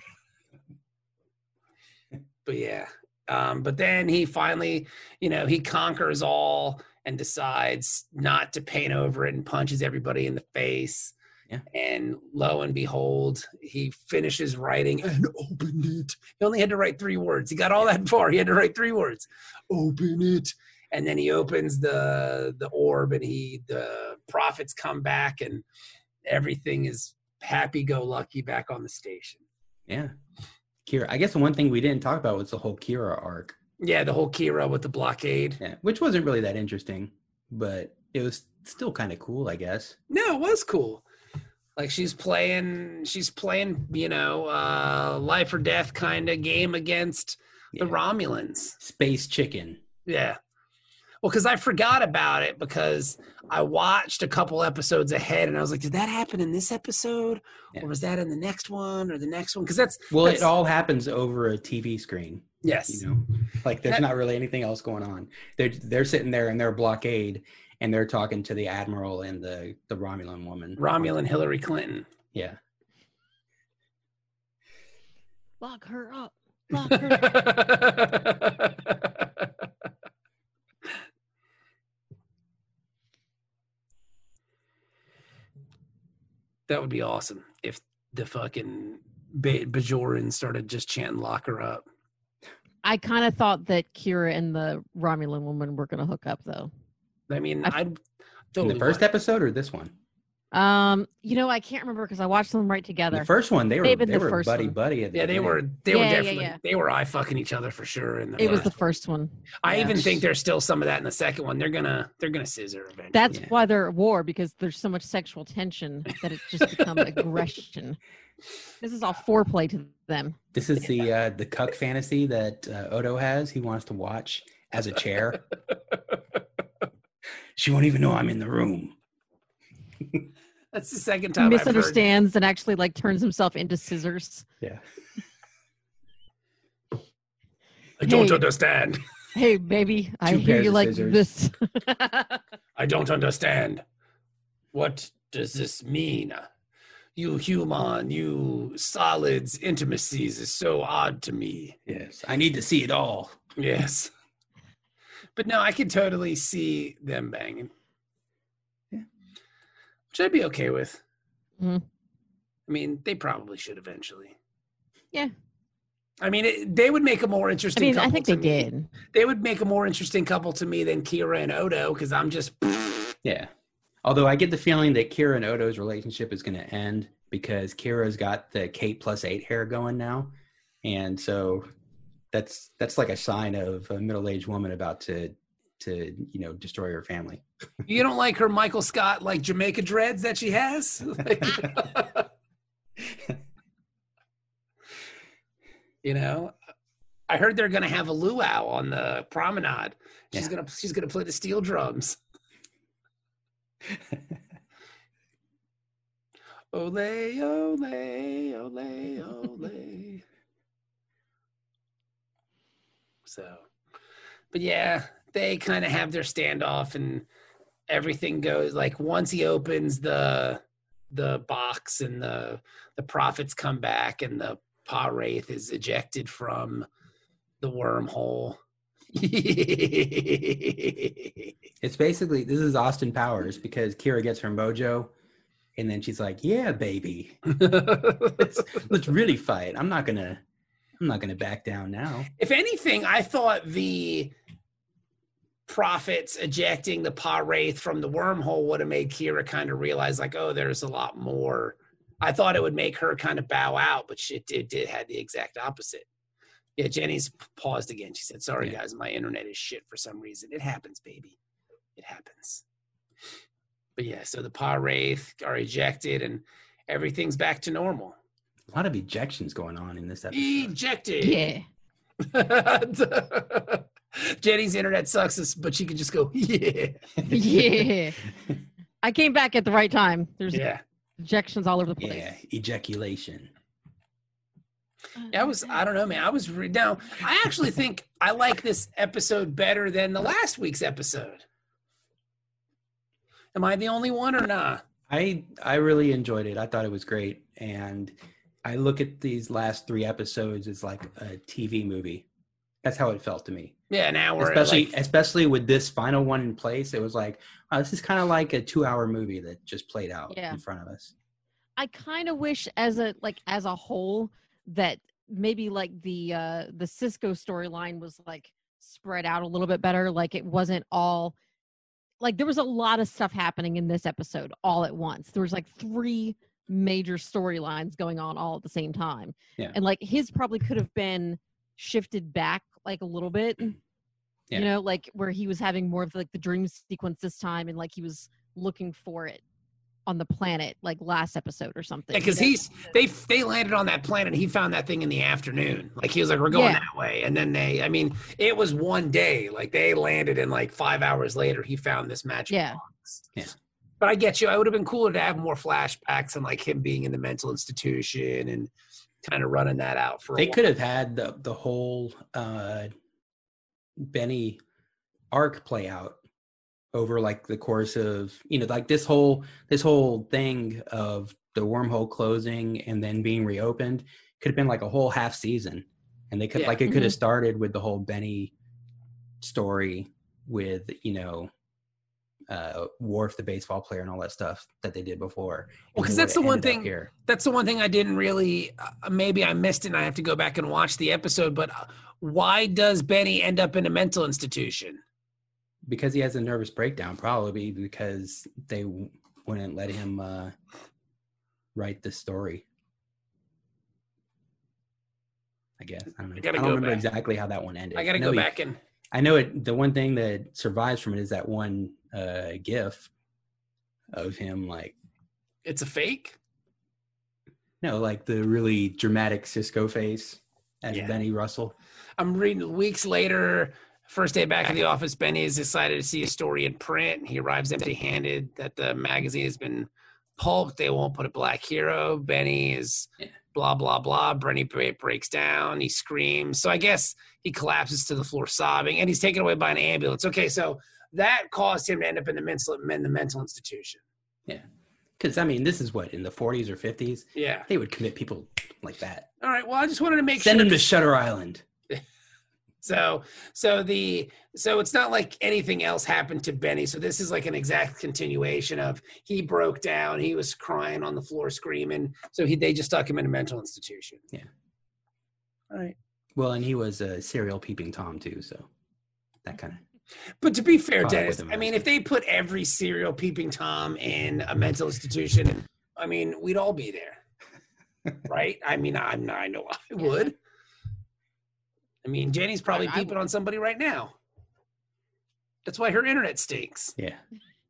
Speaker 3: but yeah. Um, but then he finally, you know, he conquers all and decides not to paint over it and punches everybody in the face.
Speaker 5: Yeah.
Speaker 3: And lo and behold, he finishes writing and opened it. He only had to write three words. He got all that far. He had to write three words. Open it. And then he opens the the orb and he the prophets come back and everything is happy go lucky back on the station.
Speaker 5: Yeah. Kira. I guess the one thing we didn't talk about was the whole Kira arc.
Speaker 3: Yeah, the whole Kira with the blockade.
Speaker 5: Yeah. Which wasn't really that interesting, but it was still kind of cool, I guess.
Speaker 3: No, it was cool. Like she's playing, she's playing, you know, uh, life or death kind of game against
Speaker 5: Yeah.
Speaker 3: the Romulans.
Speaker 5: Space chicken.
Speaker 3: Yeah. Well, because I forgot about it because I watched a couple episodes ahead and I was like, did that happen in this episode?
Speaker 5: Yeah.
Speaker 3: Or was that in the next one or the next one? Because that's,
Speaker 5: Well,
Speaker 3: That's-
Speaker 5: it all happens over a TV screen.
Speaker 3: yes.
Speaker 5: you know like there's
Speaker 3: That-
Speaker 5: not really anything else going on they're they're sitting there in their blockade and they're talking to the admiral and the the romulan woman
Speaker 3: Romulan Hillary Clinton.
Speaker 5: yeah
Speaker 4: Lock her up. Lock her up.
Speaker 3: yeah, that would be awesome if the fucking Ba- Bajoran started just chanting "lock her up."
Speaker 4: I kind of thought that Kira and the Romulan woman were going to hook up, though.
Speaker 3: I mean,
Speaker 4: I-
Speaker 3: I would
Speaker 5: in
Speaker 3: totally
Speaker 5: the first
Speaker 3: watch-
Speaker 5: episode or this one
Speaker 4: Um, you know, I can't remember because I watched them right
Speaker 5: In
Speaker 4: together.
Speaker 5: the first one they were
Speaker 4: Maybe in
Speaker 5: they
Speaker 4: the
Speaker 5: were
Speaker 4: first
Speaker 5: buddy
Speaker 4: one.
Speaker 5: buddy at the
Speaker 3: Yeah, they
Speaker 5: beginning.
Speaker 3: were. They
Speaker 4: Yeah,
Speaker 3: were
Speaker 4: yeah,
Speaker 3: definitely.
Speaker 4: yeah.
Speaker 3: They were eye fucking each other for sure. In the
Speaker 4: It was
Speaker 3: first.
Speaker 4: the first one.
Speaker 3: I even
Speaker 4: yeah.
Speaker 3: think there's still some of that in the second one. They're gonna. They're gonna scissor eventually.
Speaker 4: That's
Speaker 5: Yeah.
Speaker 4: why they're at war because there's so much sexual tension that it's just become aggression. This is all foreplay to them.
Speaker 5: this is the uh the cuck fantasy that uh, odo has he wants to watch as a chair she won't even know i'm in the room
Speaker 3: that's the second
Speaker 4: He
Speaker 3: time. I've heard-
Speaker 4: misunderstands and actually like turns
Speaker 5: Mm-hmm.
Speaker 4: himself into scissors.
Speaker 5: yeah
Speaker 3: I don't
Speaker 4: Hey.
Speaker 3: understand.
Speaker 4: Hey, baby, I
Speaker 5: Two
Speaker 4: hear
Speaker 5: pairs
Speaker 4: you
Speaker 5: of
Speaker 4: like
Speaker 5: scissors.
Speaker 4: this.
Speaker 3: I don't understand. What does this mean? You human, you solids, intimacies is so odd to me.
Speaker 5: yes i need to see it all
Speaker 3: Yes. But no, I could totally see them banging.
Speaker 5: Yeah.
Speaker 3: Which I'd be okay with.
Speaker 4: Mhm.
Speaker 3: I mean, they probably should eventually.
Speaker 4: Yeah.
Speaker 3: I mean, it, they would make a more
Speaker 4: I
Speaker 3: interesting
Speaker 4: mean,
Speaker 3: couple
Speaker 4: I think they
Speaker 3: to me.
Speaker 4: did.
Speaker 3: They would make a more interesting couple to me than Kira and Odo because I'm just.
Speaker 5: Yeah. Although I get the feeling that Kira and Odo's relationship is going to end because Kira's got the Kate plus eight hair going now, and so that's that's like a sign of a middle aged woman about to to you know destroy her family.
Speaker 3: You don't like her Michael Scott like Jamaica dreads that she has? Like, you know, I heard they're gonna have a luau on the promenade. She's
Speaker 5: Yeah.
Speaker 3: gonna she's gonna play the steel drums. ole ole ole ole. so, but yeah, they kind of have their standoff and everything goes like once he opens the the box and the the prophets come back and the Pa Wraith is ejected from the wormhole.
Speaker 5: It's basically this is Austin Powers because Kira gets her mojo, and then she's like, "Yeah, baby, let's really fight. I'm not gonna." I'm not going to back down now.
Speaker 3: if anything, I thought the prophets ejecting the Pa Wraith from the wormhole would have made Kira kind of realize, like, oh, there's a lot more. I thought it would make her kind of bow out, but she did, did had the exact opposite. Yeah, Jenny's paused again. She said, "Sorry,
Speaker 5: Yeah.
Speaker 3: guys, my internet is shit for some reason. It happens, baby. It happens." But yeah, so the Pa Wraith are ejected, and everything's back to normal.
Speaker 5: A lot of ejections going on in this episode.
Speaker 3: Ejected.
Speaker 4: Yeah.
Speaker 3: Jenny's internet sucks, us- but she can just go, yeah,
Speaker 4: Yeah. I came back at the right time. There's
Speaker 3: yeah.
Speaker 4: ejections all over the place.
Speaker 5: Yeah, ejaculation.
Speaker 3: Yeah, I was, I don't know, man. I was re- now. I actually think I like this episode better than the last week's episode. Am I the only one or nah?
Speaker 5: I I really enjoyed it. I thought it was great, and I look at these last three episodes as like a TV movie. That's how it felt to me,
Speaker 3: Yeah, an hour.
Speaker 5: especially
Speaker 3: like-
Speaker 5: especially with this final one in place. It was like oh, this is kind of like a two-hour movie that just played out
Speaker 4: Yeah.
Speaker 5: in front of us.
Speaker 4: I kind of wish as a like as a whole that maybe like the uh the Cisco storyline was like spread out a little bit better like it wasn't all like there was a lot of stuff happening in this episode all at once. There was like three major storylines going on all at the same time.
Speaker 5: Yeah.
Speaker 4: And like his probably could have been shifted back like a little bit.
Speaker 5: Mm. Yeah.
Speaker 4: You know, like where he was having more of like the dream sequence this time and like he was looking for it on the planet like last episode or something.
Speaker 3: Yeah, because he's they they landed on that planet. He found that thing in the afternoon. Like he was like, "We're going
Speaker 4: Yeah.
Speaker 3: that way," and then they. I mean, it was one day. Like they landed, and like five hours later, he found this magic.
Speaker 4: Yeah.
Speaker 3: box.
Speaker 5: Yeah.
Speaker 3: But I get you. I would have been cooler to have more flashbacks and like him being in the mental institution and kind of running that out for.
Speaker 5: They
Speaker 3: a while.
Speaker 5: could have had the the whole uh, Benny arc play out over like the course of you know like this whole this whole thing of the wormhole closing and then being reopened could have been like a whole half season and they could
Speaker 3: Yeah. Mm-hmm.
Speaker 5: like it could have started with the whole Benny story with you know uh Worf the baseball player and all that stuff that they did before
Speaker 3: Well,
Speaker 5: and
Speaker 3: 'cause
Speaker 5: they
Speaker 3: that's
Speaker 5: would
Speaker 3: the
Speaker 5: have
Speaker 3: one
Speaker 5: ended up
Speaker 3: thing-
Speaker 5: here
Speaker 3: that's the one thing I didn't really. Uh, maybe I missed it. and I have to go back and watch the episode. But uh, why does Benny end up in a mental institution?
Speaker 5: because he has a nervous breakdown probably because they w- wouldn't let him uh write the story i guess i don't know i,
Speaker 3: gotta
Speaker 5: don't
Speaker 3: go
Speaker 5: remember
Speaker 3: back.
Speaker 5: exactly how that one ended
Speaker 3: I got to
Speaker 5: know
Speaker 3: go
Speaker 5: he-
Speaker 3: back and
Speaker 5: i know it the one thing that survives from it is that one uh gif of him like
Speaker 3: it's a fake.
Speaker 5: no like the really dramatic cisco face as
Speaker 3: Yeah.
Speaker 5: benny russell
Speaker 3: I'm reading weeks later, first day back at the office, Benny has decided to see a story in print. He arrives empty handed that the magazine has been pulped. They won't put a black hero. Benny is
Speaker 5: Yeah.
Speaker 3: blah, blah, blah. Benny bre- breaks down. He screams. So I guess he collapses to the floor sobbing and he's taken away by an ambulance. Okay, so that caused him to end up in the mental, in the mental institution.
Speaker 5: because i mean this is what in the 40s or 50s
Speaker 3: Yeah.
Speaker 5: they would commit people like that
Speaker 3: All right. Well, I just wanted to make
Speaker 5: send
Speaker 3: sure.
Speaker 5: him to shutter island
Speaker 3: So so the so it's not like anything else happened to Benny. So this is like an exact continuation of he broke down, he was crying on the floor screaming. So he they just stuck him in a mental institution.
Speaker 5: Yeah.
Speaker 3: All right.
Speaker 5: Well, and he was a serial peeping tom too, so that kind of
Speaker 3: But to be fair,
Speaker 5: Fine,
Speaker 3: Dennis,
Speaker 5: with him,
Speaker 3: I mean if they put every serial peeping Tom in a mental institution, I mean, we'd all be there. right? I mean, I'm I know I would. I mean, Jenny's probably
Speaker 4: I
Speaker 3: peeping on somebody right now. That's why her internet stinks.
Speaker 5: yeah.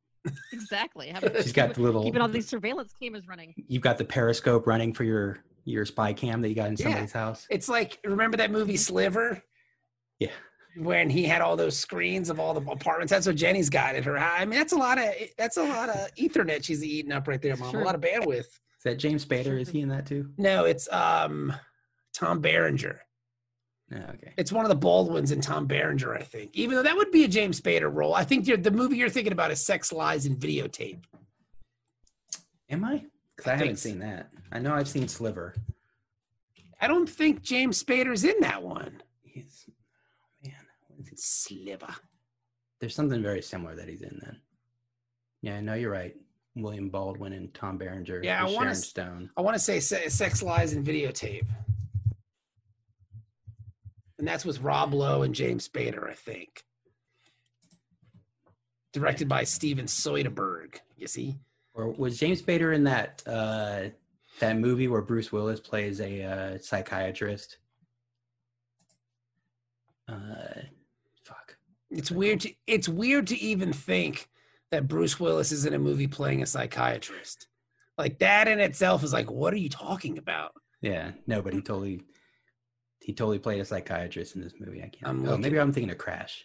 Speaker 4: exactly.
Speaker 5: She's got the little
Speaker 4: keeping all these surveillance cameras running.
Speaker 5: you've got the periscope running for your your spy cam that you got in
Speaker 3: Yeah.
Speaker 5: somebody's house.
Speaker 3: It's like remember that movie
Speaker 4: Mm-hmm.
Speaker 3: Sliver
Speaker 5: Yeah.
Speaker 3: when he had all those screens of all the apartments. That's what Jenny's got in her. house. I mean, that's a lot of that's a lot of Ethernet she's eating up right there, mom.
Speaker 4: Sure.
Speaker 3: A lot of bandwidth.
Speaker 5: Is that James Spader? Is he in that too?
Speaker 3: No, it's um Tom Berenger.
Speaker 5: No, okay.
Speaker 3: It's one of the Baldwins and Tom Berenger, I think. Even though that would be a James Spader role, I think you're, the movie you're thinking about is Sex, Lies, and Videotape.
Speaker 5: Am I? Because
Speaker 3: I
Speaker 5: I,
Speaker 3: think
Speaker 5: haven't
Speaker 3: so.
Speaker 5: seen that. I know I've seen Sliver.
Speaker 3: I don't think James Spader's in that one.
Speaker 5: He's oh, man. what is he-
Speaker 3: Sliver.
Speaker 5: There's something very similar that he's in then. Yeah, no, you're right. William Baldwin and Tom Berenger.
Speaker 3: Yeah, I
Speaker 5: and
Speaker 3: wanna
Speaker 5: Sharon
Speaker 3: s-
Speaker 5: Stone.
Speaker 3: I want to say se- Sex, Lies, and Videotape. And that's with Rob Lowe and James Spader, I think. Directed by Steven Soderbergh. You see?
Speaker 5: Or was James Spader in that uh that movie where Bruce Willis plays a uh, psychiatrist. Uh, fuck.
Speaker 3: It's weird to it's weird to even think that Bruce Willis is in a movie playing a psychiatrist. Like that in itself is like, what are you talking about?
Speaker 5: Yeah, no, but he totally, he totally played a psychiatrist in this movie. I can't.
Speaker 3: I'm
Speaker 5: oh, maybe
Speaker 3: looking.
Speaker 5: I'm thinking of Crash.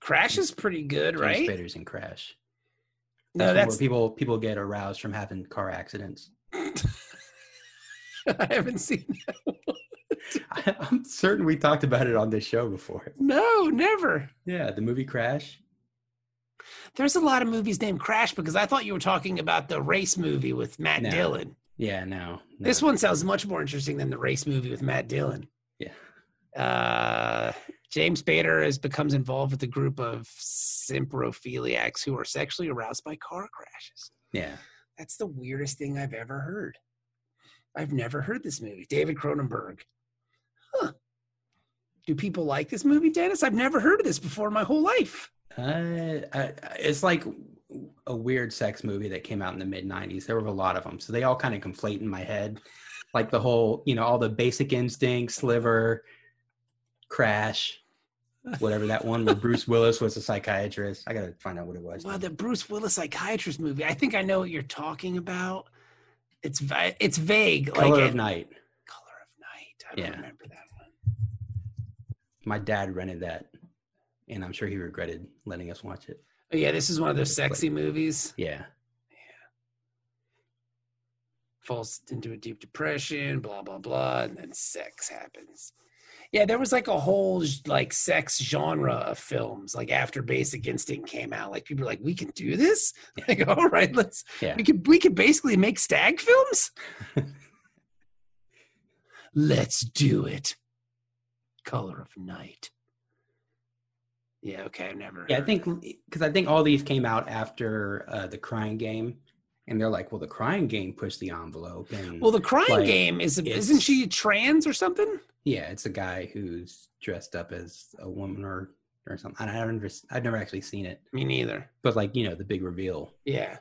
Speaker 3: Crash is pretty good,
Speaker 5: James
Speaker 3: right?
Speaker 5: Spader's in Crash.
Speaker 3: No,
Speaker 5: That's
Speaker 3: that's
Speaker 5: where people people get aroused from having car accidents.
Speaker 3: I haven't seen. That.
Speaker 5: I, I'm certain we talked about it on this show before.
Speaker 3: No, never.
Speaker 5: Yeah, the movie Crash.
Speaker 3: There's a lot of movies named Crash because I thought you were talking about the race movie with Matt
Speaker 5: No.
Speaker 3: Dillon.
Speaker 5: Yeah, no, no.
Speaker 3: This one sounds much more interesting than the race movie with Matt Dillon.
Speaker 5: Yeah.
Speaker 3: Uh, James Bader is becomes involved with a group of simprophiliacs who are sexually aroused by car crashes.
Speaker 5: Yeah,
Speaker 3: That's the weirdest thing I've ever heard. I've never heard this movie. David Cronenberg. Huh. Do people like this movie, Dennis? I've never heard of this before in my whole life.
Speaker 5: uh, I, I- it's like a weird sex movie that came out in the mid '90s. There were a lot of them, so they all kind of conflate in my head. Like the whole, you know, all the Basic Instinct, Sliver, Crash, whatever that one where Bruce Willis was a psychiatrist. I gotta find out what it was.
Speaker 3: Well, the Bruce Willis psychiatrist movie. I think I know what you're talking about. It's vi- it's vague.
Speaker 5: Color
Speaker 3: like
Speaker 5: of
Speaker 3: it-
Speaker 5: Night.
Speaker 3: Color of Night. I don't
Speaker 5: Yeah.
Speaker 3: remember that one.
Speaker 5: My dad rented that, and I'm sure he regretted letting us watch it.
Speaker 3: Oh, yeah, this is one of those sexy movies.
Speaker 5: Yeah,
Speaker 3: Falls into a deep depression, blah blah blah, and then sex happens. Yeah, there was like a whole like sex genre of films. Like after Basic Instinct came out, like people were like, "We can do this." Like, all right, let's.
Speaker 5: Yeah.
Speaker 3: We could we could basically make stag films. let's do it. Color of Night. Yeah. Okay. I've never.
Speaker 5: yeah. I
Speaker 3: heard-
Speaker 5: think because I think all these came out after uh, the Crying Game, and they're like, well, the Crying Game pushed the envelope. And,
Speaker 3: Well, the crying
Speaker 5: like,
Speaker 3: game is isn't
Speaker 5: it's-
Speaker 3: she trans or something?
Speaker 5: yeah, it's a guy who's dressed up as a woman or or something. I don't. underst- I've never actually seen it,
Speaker 3: Me neither.
Speaker 5: but like you know, the big reveal.
Speaker 3: Yeah.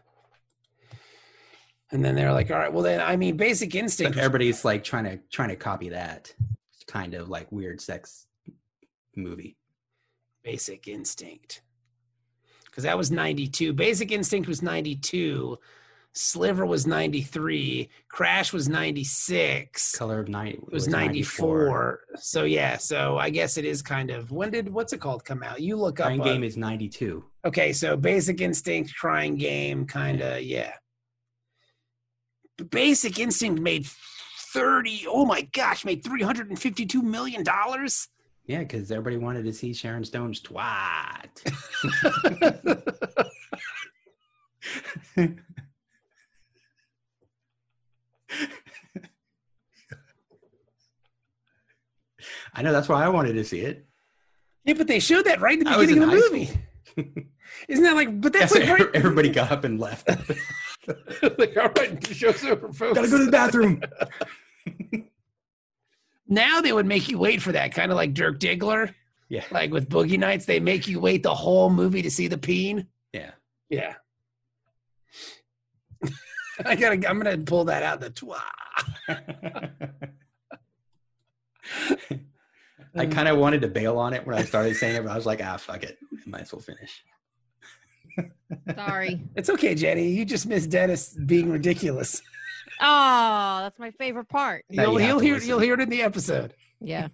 Speaker 3: And then they're like, all right, well then I mean basic
Speaker 5: But
Speaker 3: instinct. was-
Speaker 5: everybody's like trying to trying to copy that kind of like weird sex movie.
Speaker 3: basic instinct. Because that was 92. Basic instinct was 92. Sliver was 93. Crash was 96.
Speaker 5: Color of Night
Speaker 3: It was 94. So yeah, so I guess it is kind of when did what's it called come out? You look up
Speaker 5: Crying
Speaker 3: uh,
Speaker 5: Game is ninety two.
Speaker 3: Okay, so Basic Instinct, Crying Game, kind of, yeah. B- Basic Instinct made 30, oh my gosh, made $352 million.
Speaker 5: Yeah, because everybody wanted to see Sharon Stone's twat. I know that's why I wanted to see it.
Speaker 3: yeah, but they showed that right at the
Speaker 5: I was
Speaker 3: beginning of
Speaker 5: in
Speaker 3: the
Speaker 5: high
Speaker 3: movie. Isn't that like, but that's like, right,
Speaker 5: everybody got up and left.
Speaker 3: like, all right, the show's over, folks.
Speaker 5: Gotta go to the bathroom.
Speaker 3: now they would make you wait for that, kind of like Dirk Diggler.
Speaker 5: Yeah.
Speaker 3: Like with Boogie Nights, they make you wait the whole movie to see the peen.
Speaker 5: Yeah.
Speaker 3: Yeah. I gotta. I'm gonna pull that out. The twa.
Speaker 5: I kind of wanted to bail on it when I started saying it, but I was like, ah, fuck it. I might as well finish.
Speaker 4: Sorry.
Speaker 3: It's okay, Jenny. You just missed Dennis being ridiculous.
Speaker 4: Oh, that's my favorite part.
Speaker 5: Now
Speaker 3: You'll,
Speaker 5: you have
Speaker 3: you'll
Speaker 5: to
Speaker 3: hear.
Speaker 5: listen.
Speaker 3: You'll hear it in the episode.
Speaker 4: Yeah.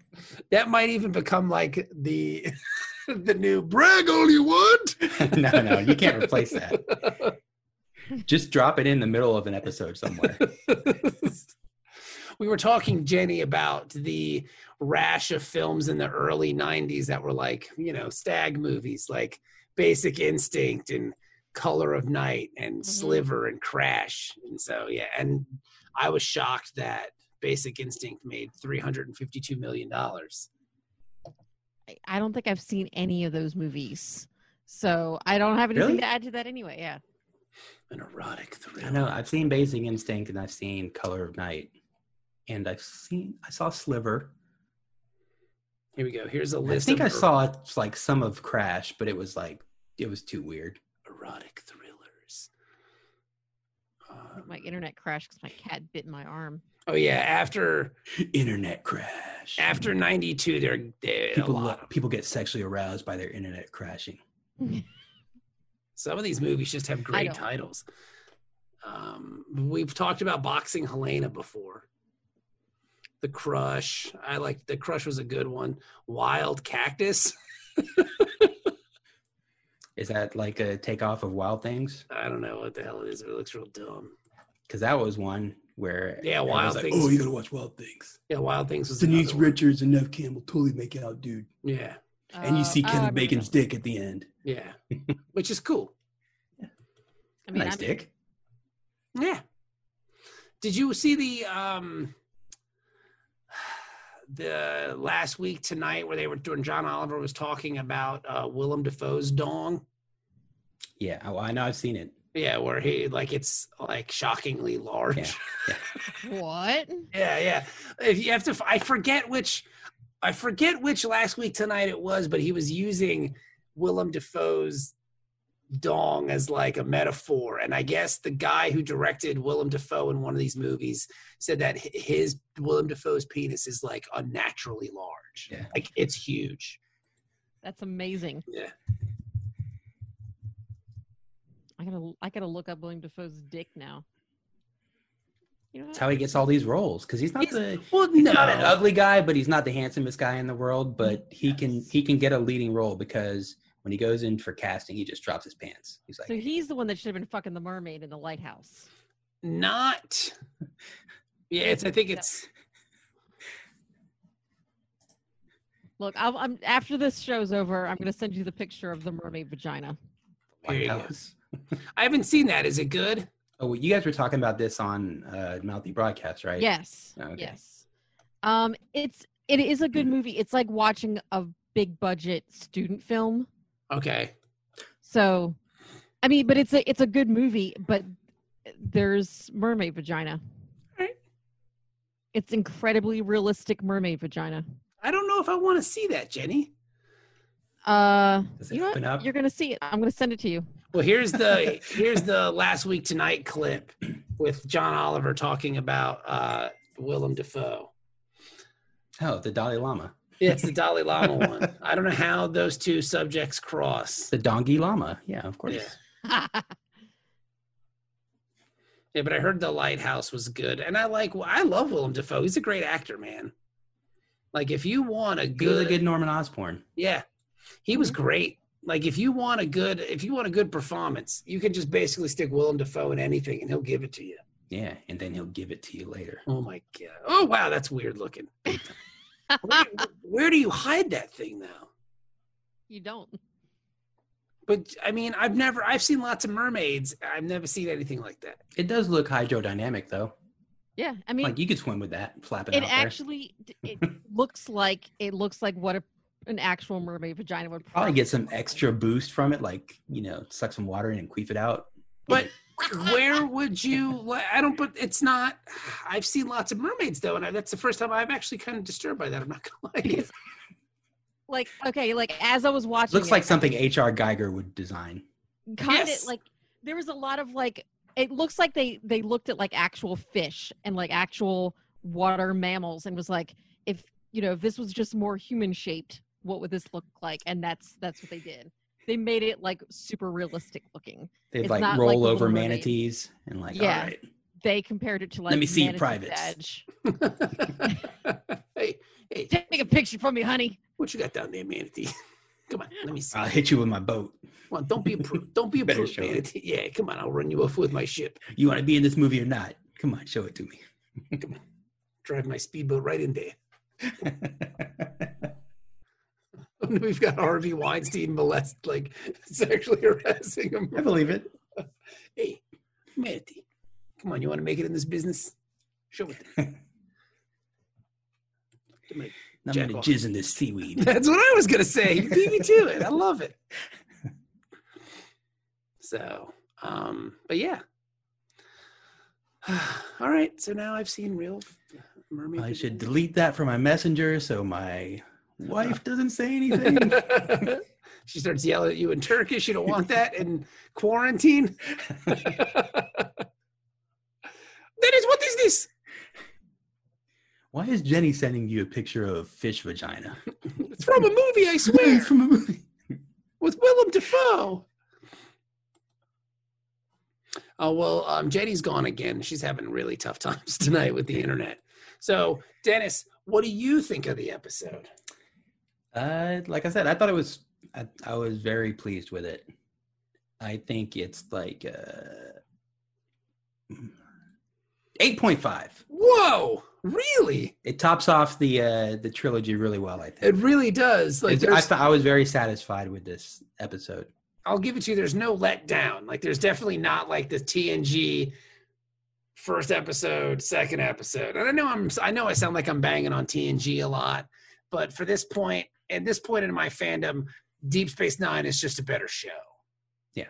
Speaker 3: That might even become like the the new brag all you want.
Speaker 5: no, no, you can't replace that. Just drop it in the middle of an episode somewhere.
Speaker 3: we were talking, Jenny, about the rash of films in the early 90s that were like, you know, stag movies like Basic Instinct and Color of Night and
Speaker 5: Mm-hmm.
Speaker 4: Mhm.
Speaker 3: Sliver and Crash. And so, yeah. And I was shocked that Basic Instinct made $352 million.
Speaker 4: I- I don't think I've seen any of those movies. So I don't have anything
Speaker 5: Really?
Speaker 4: to add to that anyway. Yeah.
Speaker 3: An erotic
Speaker 5: I
Speaker 3: thriller.
Speaker 5: know I've seen Basic Instinct and I've seen Color of Night, and I've seen I saw Sliver.
Speaker 3: Here we go. Here's a
Speaker 5: I
Speaker 3: list.
Speaker 5: think
Speaker 3: of
Speaker 5: I saw like some of Crash, but it was like it was too weird.
Speaker 3: erotic thrillers. Uh,
Speaker 4: my internet crashed because my cat bit my arm.
Speaker 3: Oh yeah, after
Speaker 5: Internet crash.
Speaker 3: after ninety two, they're, they a
Speaker 5: people
Speaker 3: lot.
Speaker 5: lo- people get sexually aroused by their internet crashing.
Speaker 3: Some of these movies just have great
Speaker 4: don't.
Speaker 3: titles. Um, we've talked about Boxing Helena before. The Crush. I like The Crush was a good one. Wild Cactus.
Speaker 5: Is that like a takeoff of Wild Things?
Speaker 3: I don't know what the hell it is, but it looks real dumb.
Speaker 5: Because that was one where
Speaker 3: Yeah,
Speaker 5: everyone's
Speaker 3: Wild
Speaker 5: like,
Speaker 3: Things.
Speaker 5: oh, you gotta watch Wild Things.
Speaker 3: Yeah, Wild Things was
Speaker 5: Denise
Speaker 3: another one.
Speaker 5: Richards and Nev Campbell totally make out, dude.
Speaker 3: Yeah,
Speaker 5: And you
Speaker 4: Uh,
Speaker 5: see
Speaker 4: oh, I
Speaker 5: Kevin
Speaker 4: remember
Speaker 5: Bacon's
Speaker 4: that.
Speaker 5: dick at the end.
Speaker 3: yeah, which is cool.
Speaker 4: I mean,
Speaker 5: nice
Speaker 4: I'm-
Speaker 5: dick.
Speaker 3: Yeah. Did you see the um the last week tonight where they were doing John Oliver was talking about uh Willem Dafoe's dong?
Speaker 5: Yeah, oh, I know. I've seen it.
Speaker 3: Yeah, where he like it's like shockingly large.
Speaker 5: Yeah.
Speaker 4: What?
Speaker 3: Yeah, yeah. If you have to, I forget which, I forget which last week tonight it was, but he was using Willem Dafoe's dong as like a metaphor, and I guess the guy who directed Willem Dafoe in one of these movies said that hi- his Willem Dafoe's penis is like unnaturally large,
Speaker 5: Yeah.
Speaker 3: like it's huge.
Speaker 4: That's amazing.
Speaker 3: Yeah,
Speaker 4: I gotta, I gotta look up William Defoe's dick now. You know
Speaker 5: That's
Speaker 4: what?
Speaker 5: how he gets all these roles because he's not the
Speaker 3: well,
Speaker 5: he's
Speaker 3: no,
Speaker 5: not an ugly guy, but he's not the handsomest guy in the world. But he can he can get a leading role because when he goes in for casting, he just drops his pants. He's like,
Speaker 4: So he's the one that should have been fucking the mermaid in the lighthouse.
Speaker 3: not. Yeah, it's. I think it's.
Speaker 4: Look, I'll, I'm after this show's over, I'm gonna send you the picture of the mermaid vagina.
Speaker 3: Here you go.
Speaker 5: "Lighthouse."
Speaker 3: I haven't seen that. Is it good?
Speaker 5: Oh, well, you guys were talking about this on uh, Mouthy Broadcast, right?
Speaker 4: Yes.
Speaker 5: Okay.
Speaker 4: Yes. Um, it's it is a good movie. It's like watching a big budget student film.
Speaker 3: Okay.
Speaker 4: So, I mean, but it's a it's a good movie. But there's mermaid vagina.
Speaker 3: Alright.
Speaker 4: It's incredibly realistic mermaid vagina.
Speaker 3: I don't know if I want to see that, Jenny.
Speaker 4: Uh,
Speaker 5: Does it
Speaker 4: you know
Speaker 5: open up?
Speaker 4: what? You're gonna see it. I'm gonna send it to you.
Speaker 3: Well, here's the here's the last week tonight clip with John Oliver talking about uh, Willem Dafoe.
Speaker 5: Oh, the Dalai Lama,
Speaker 3: Yeah, It's the Dalai Lama one. I don't know how those two subjects cross.
Speaker 5: the Donkey Lama. Yeah, of course.
Speaker 3: Yeah. Yeah, but I heard The Lighthouse was good, and I like I love Willem Dafoe. He's a great actor, man. Like if you want a
Speaker 5: He was a
Speaker 3: good,
Speaker 5: good Mm-hmm. Norman Osborn.
Speaker 3: yeah, he was great. Like if you want a good if you want a good performance, you can just basically stick Willem Dafoe in anything, and he'll give it to you.
Speaker 5: Yeah, and then he'll give it to you later.
Speaker 3: Oh my god! Oh wow, that's weird looking. where, where do you hide that thing though?
Speaker 4: you don't.
Speaker 3: But I mean, I've never I've seen lots of mermaids. I've never seen anything like that.
Speaker 5: It does look hydrodynamic though.
Speaker 4: Yeah, I mean,
Speaker 5: like you could swim with that, flap it,
Speaker 4: it
Speaker 5: out
Speaker 4: actually d- it looks like it looks like what a, an actual mermaid vagina would
Speaker 5: there. Probably
Speaker 4: probably
Speaker 5: get some extra boost from it, like you know, suck some water in and queef it out.
Speaker 3: But where would you? li- I don't. But it's not. I've seen lots of mermaids though, and I, that's the first time I've actually kind of disturbed by that. I'm not gonna lie. To you.
Speaker 4: like okay like as i was watching
Speaker 5: Looks
Speaker 4: it,
Speaker 5: like something H.R. Geiger would design.
Speaker 4: kind of
Speaker 3: Yes.
Speaker 4: like there was a lot of like it looks like they they looked at like actual fish and like actual water mammals and was like if you know if this was just more human shaped what would this look like and that's that's what they did they made it like super realistic looking
Speaker 5: They'd
Speaker 4: It's
Speaker 5: like
Speaker 4: not like
Speaker 5: roll
Speaker 4: The Little
Speaker 5: over
Speaker 4: Mermaid.
Speaker 5: manatees and like,
Speaker 4: Yeah.
Speaker 5: all right,
Speaker 4: they compared it to like
Speaker 5: Let me see your
Speaker 4: manatee
Speaker 5: privates.
Speaker 4: badge.
Speaker 3: hey, hey,
Speaker 4: take a picture for me honey
Speaker 3: what you got down there, manatee? Come on, let me see.
Speaker 5: I'll hit you with my boat.
Speaker 3: Come on, don't be a prude. Don't be a
Speaker 5: Better
Speaker 3: prude,
Speaker 5: show it.
Speaker 3: manatee. Yeah, come on, I'll run you off with my ship.
Speaker 5: You want to be in this movie or not? Come on, show it to me.
Speaker 3: Drive my speedboat right in there. We've got Harvey Weinstein molest, like sexually harassing him.
Speaker 5: I believe it.
Speaker 3: Hey, Manatee, come on, you want to make it in this business? Show it. To me.
Speaker 5: I'm
Speaker 3: Jack
Speaker 5: gonna
Speaker 3: off.
Speaker 5: jizz in this seaweed.
Speaker 3: That's what I was gonna say. You beat me to it. I love it. So, um, but yeah. All right. So now I've seen real mermaid.
Speaker 5: I should
Speaker 3: videos.
Speaker 5: delete that from my messenger so my wife doesn't say anything.
Speaker 3: she starts yelling at you in Turkish. You don't want that in quarantine. Dennis, what is this?
Speaker 5: Why is Jenny sending you a picture of fish vagina?
Speaker 3: It's from a movie, I
Speaker 5: It's
Speaker 3: swear,
Speaker 5: from a movie.
Speaker 3: with Willem Dafoe. Oh well, um, Jenny's gone again. She's having really tough times tonight with the internet. So, Dennis, what do you think of the episode?
Speaker 5: Uh, like I said, I thought it was. I, I was very pleased with it. I think it's like uh, eight point five.
Speaker 3: Whoa, really?
Speaker 5: It tops off the uh, the trilogy really well. I
Speaker 3: It
Speaker 5: think.
Speaker 3: really does. Like,
Speaker 5: It's- I,
Speaker 3: there's,
Speaker 5: fe- I was very satisfied with this episode.
Speaker 3: I'll give it to you. There's no letdown. Like, there's definitely not like the TNG first episode, second episode. And I know I'm, I know I sound like I'm banging on TNG a lot, but for this point, at this point in my fandom, Deep Space Nine is just a better show.
Speaker 5: Yeah.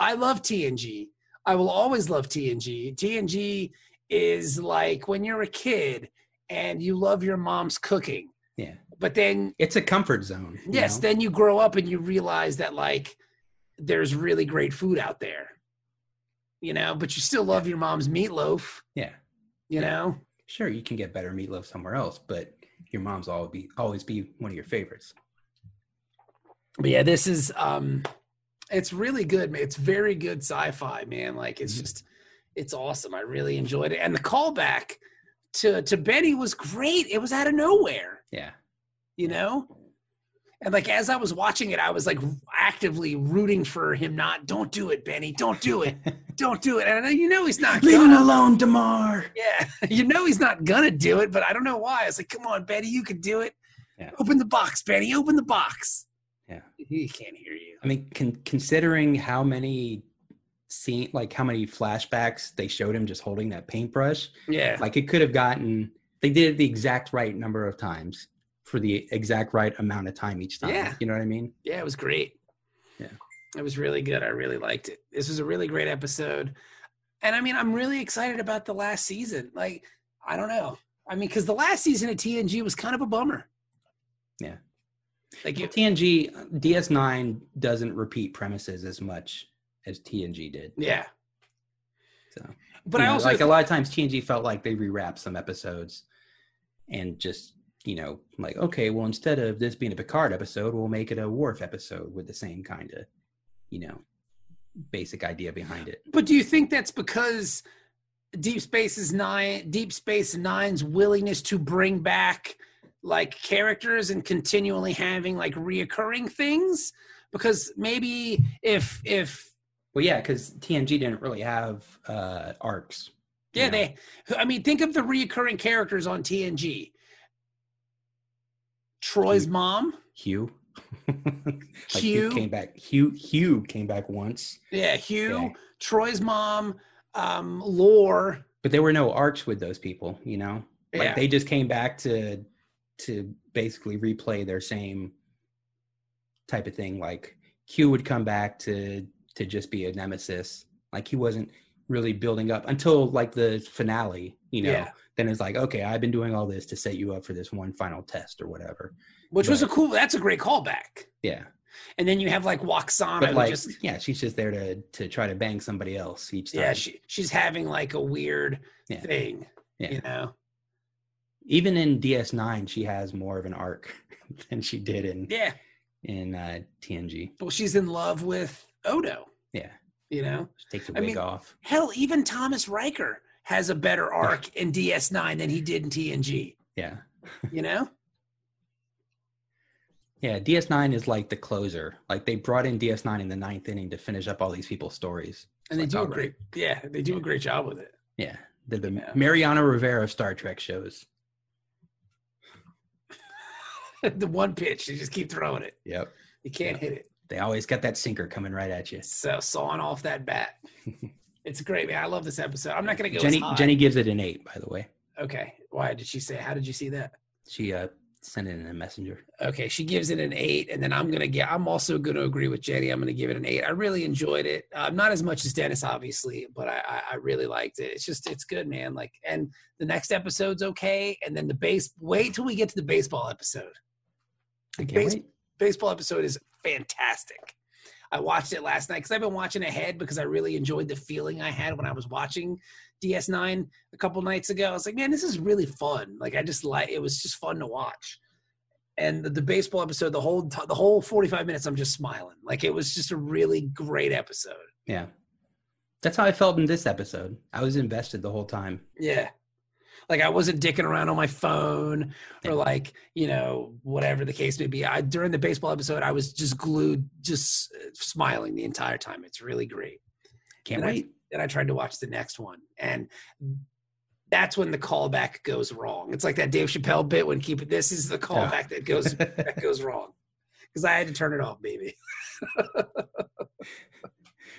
Speaker 3: I love TNG. I will always love TNG. TNG is like when you're a kid and you love your mom's cooking.
Speaker 5: Yeah.
Speaker 3: But then
Speaker 5: It's a comfort zone. you
Speaker 3: Yes,
Speaker 5: know?
Speaker 3: then you grow up and you realize that like there's really great food out there. You know, but you still love your mom's meatloaf,
Speaker 5: yeah.
Speaker 3: you know?
Speaker 5: Sure, you can get better meatloaf somewhere else, but your mom's always be always be one of your favorites.
Speaker 3: But yeah, this is um it's really good. man. It's very good sci-fi, man. Like it's
Speaker 5: Mhm.
Speaker 3: just it's awesome. I really enjoyed it. And the callback to to Benny was great. It was out of nowhere.
Speaker 5: Yeah.
Speaker 3: you know and like as i was watching it i was like actively rooting for him not don't do it benny don't do it don't do it and I know- you know he's not gonna
Speaker 5: alone, Damar.
Speaker 3: yeah you know he's not gonna do it but i don't know why i was like come on benny you can do it
Speaker 5: Yeah.
Speaker 3: open the box benny open the box
Speaker 5: Yeah.
Speaker 3: he can't hear you
Speaker 5: I mean, con- considering how many scene like how many flashbacks they showed him just holding that paintbrush,
Speaker 3: yeah
Speaker 5: like it could have gotten they did it the exact right number of times for the exact right amount of time each time.
Speaker 3: Yeah.
Speaker 5: You know what I mean?
Speaker 3: yeah it was great
Speaker 5: Yeah.
Speaker 3: it was really good i really liked it this was a really great episode and i mean i'm really excited about the last season like i don't know i mean because the last season of tng was kind of a bummer
Speaker 5: Yeah.
Speaker 3: like it,
Speaker 5: TNG DS9 doesn't repeat premises as much as TNG did.
Speaker 3: yeah
Speaker 5: So
Speaker 3: but
Speaker 5: you
Speaker 3: i
Speaker 5: know,
Speaker 3: also
Speaker 5: like a lot of times TNG felt like they rewrapped some episodes and just you know like okay well instead of this being a Picard episode we'll make it a Worf episode with the same kind of you know basic idea behind it.
Speaker 3: But do you think that's because Deep Space's Nine, Deep Space Nine's willingness to bring back like characters and continually having like reoccurring things? Because maybe if if
Speaker 5: Well yeah cuz TNG didn't really have uh arcs.
Speaker 3: yeah,
Speaker 5: Yeah.
Speaker 3: they I mean think of the reoccurring characters on TNG. Troy's mom,
Speaker 5: Hugh like
Speaker 3: Hugh,
Speaker 5: came back Hugh Hugh came back once
Speaker 3: yeah, Hugh,
Speaker 5: Yeah.
Speaker 3: Troy's mom, um, Lore,
Speaker 5: but there were no arcs with those people, you know. Like
Speaker 3: Yeah.
Speaker 5: they just came back to to basically replay their same type of thing. Like Q would come back to to just be a nemesis. Like he wasn't really building up until like the finale, you know.
Speaker 3: Yeah.
Speaker 5: Then it's like, okay, I've been doing all this to set you up for this one final test or whatever.
Speaker 3: which was a
Speaker 5: Right.
Speaker 3: cool that's a great callback.
Speaker 5: Yeah.
Speaker 3: And then you have like Waxana
Speaker 5: But
Speaker 3: who
Speaker 5: like
Speaker 3: just
Speaker 5: yeah, she's just there to to try to bang somebody else each time.
Speaker 3: yeah she, she's having like a weird
Speaker 5: Yeah.
Speaker 3: thing
Speaker 5: Yeah.
Speaker 3: you know
Speaker 5: Even in DS9 she has more of an arc than she did in
Speaker 3: yeah
Speaker 5: in uh, TNG.
Speaker 3: well she's in love with odo
Speaker 5: Yeah,
Speaker 3: you know
Speaker 5: just take the
Speaker 3: I
Speaker 5: wig
Speaker 3: mean-
Speaker 5: off.
Speaker 3: hell even thomas riker has a better arc in ds9 than he did in tng
Speaker 5: Yeah,
Speaker 3: you know
Speaker 5: yeah. DS9 is like the closer. Like they brought in DS9 in the ninth inning to finish up all these people's stories.
Speaker 3: and they
Speaker 5: Like, "Oh,
Speaker 3: do a
Speaker 5: all right.
Speaker 3: great yeah they do a great job with it
Speaker 5: Yeah, the, the
Speaker 3: Yeah.
Speaker 5: Mariana Rivera of Star Trek shows.
Speaker 3: the one pitch they just keep throwing it
Speaker 5: Yep.
Speaker 3: you can't
Speaker 5: Yeah.
Speaker 3: hit it
Speaker 5: They always got that sinker coming right at you.
Speaker 3: so sawing off that bat it's great man i love this episode i'm not gonna go as
Speaker 5: Jenny
Speaker 3: high.
Speaker 5: Jenny gives it an eight, by the way.
Speaker 3: okay why did she say how did you see that
Speaker 5: She uh, sent it in a messenger.
Speaker 3: Okay, she gives it an eight, and then I'm gonna get. I'm also gonna agree with Jenny. I'm gonna give it an eight. I really enjoyed it. Um, not as much as Dennis, obviously, but I, I, I really liked it. It's just it's good, man. Like, and the next episode's okay, and then the base. Wait till we get to the baseball episode.
Speaker 5: I can't
Speaker 3: Base-
Speaker 5: wait.
Speaker 3: Baseball episode is fantastic. I watched it last night because I've been watching ahead because I really enjoyed the feeling I had when I was watching DS9 a couple nights ago. I was like, man, this is really fun. Like I just like it was just fun to watch. And the, the baseball episode, the whole t- the whole 45 minutes, I'm just smiling. Like it was just a really great episode.
Speaker 5: Yeah. That's how I felt in this episode. I was invested the whole time.
Speaker 3: Yeah. Like I wasn't dicking around on my phone
Speaker 5: Yeah.
Speaker 3: or like, you know, whatever the case may be. I during the baseball episode, I was just glued just uh, smiling the entire time. It's really great.
Speaker 5: Can't
Speaker 3: And I-
Speaker 5: wait.
Speaker 3: Then I tried to watch the next one and that's when the callback goes wrong. It's like that Dave Chappelle bit when keep it this is the callback that goes that goes wrong. Cuz I had to turn it off, baby.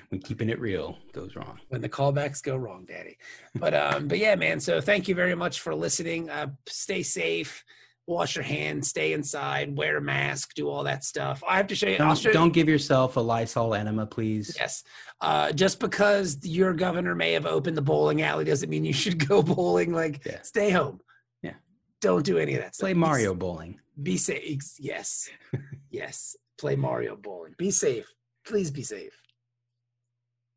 Speaker 5: when keeping it real goes wrong.
Speaker 3: when the callbacks go wrong, Daddy. But um, but yeah, man. So thank you very much for listening. Uh, stay safe. Wash your hands. Stay inside. Wear a mask. Do all that stuff. I have to show you. I'll
Speaker 5: Don't,
Speaker 3: show you-
Speaker 5: don't give yourself a Lysol enema, please.
Speaker 3: Yes. Uh, just because your governor may have opened the bowling alley doesn't mean you should go bowling. Like,
Speaker 5: Yeah.
Speaker 3: stay home.
Speaker 5: Yeah.
Speaker 3: Don't do any of that. stuff.
Speaker 5: Play
Speaker 3: Be
Speaker 5: Mario bowling.
Speaker 3: be safe. Yes. yes. Play Mario bowling. Be safe. Please be safe.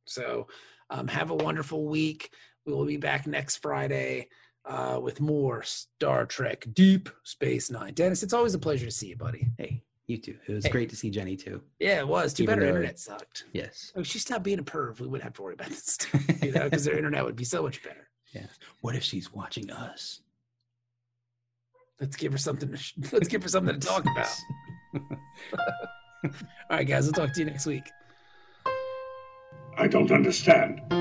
Speaker 3: So um, have a wonderful week. We will be back next Friday uh, with more Star Trek Deep Space Nine. Dennis, it's always a pleasure to see you, buddy.
Speaker 5: Hey, you too. It was
Speaker 3: Hey.
Speaker 5: great to see Jenny too.
Speaker 3: Yeah, it was. Too
Speaker 5: Even
Speaker 3: bad her
Speaker 5: though-
Speaker 3: internet sucked.
Speaker 5: Yes.
Speaker 3: If she stopped Oh, being a perv, we wouldn't have to worry about this stuff, you know, because their internet would be so much better.
Speaker 5: what if she's watching us?
Speaker 3: Let's give her something. To sh- let's give her something to talk about. All right, guys, we'll talk to you next week.
Speaker 1: I don't understand.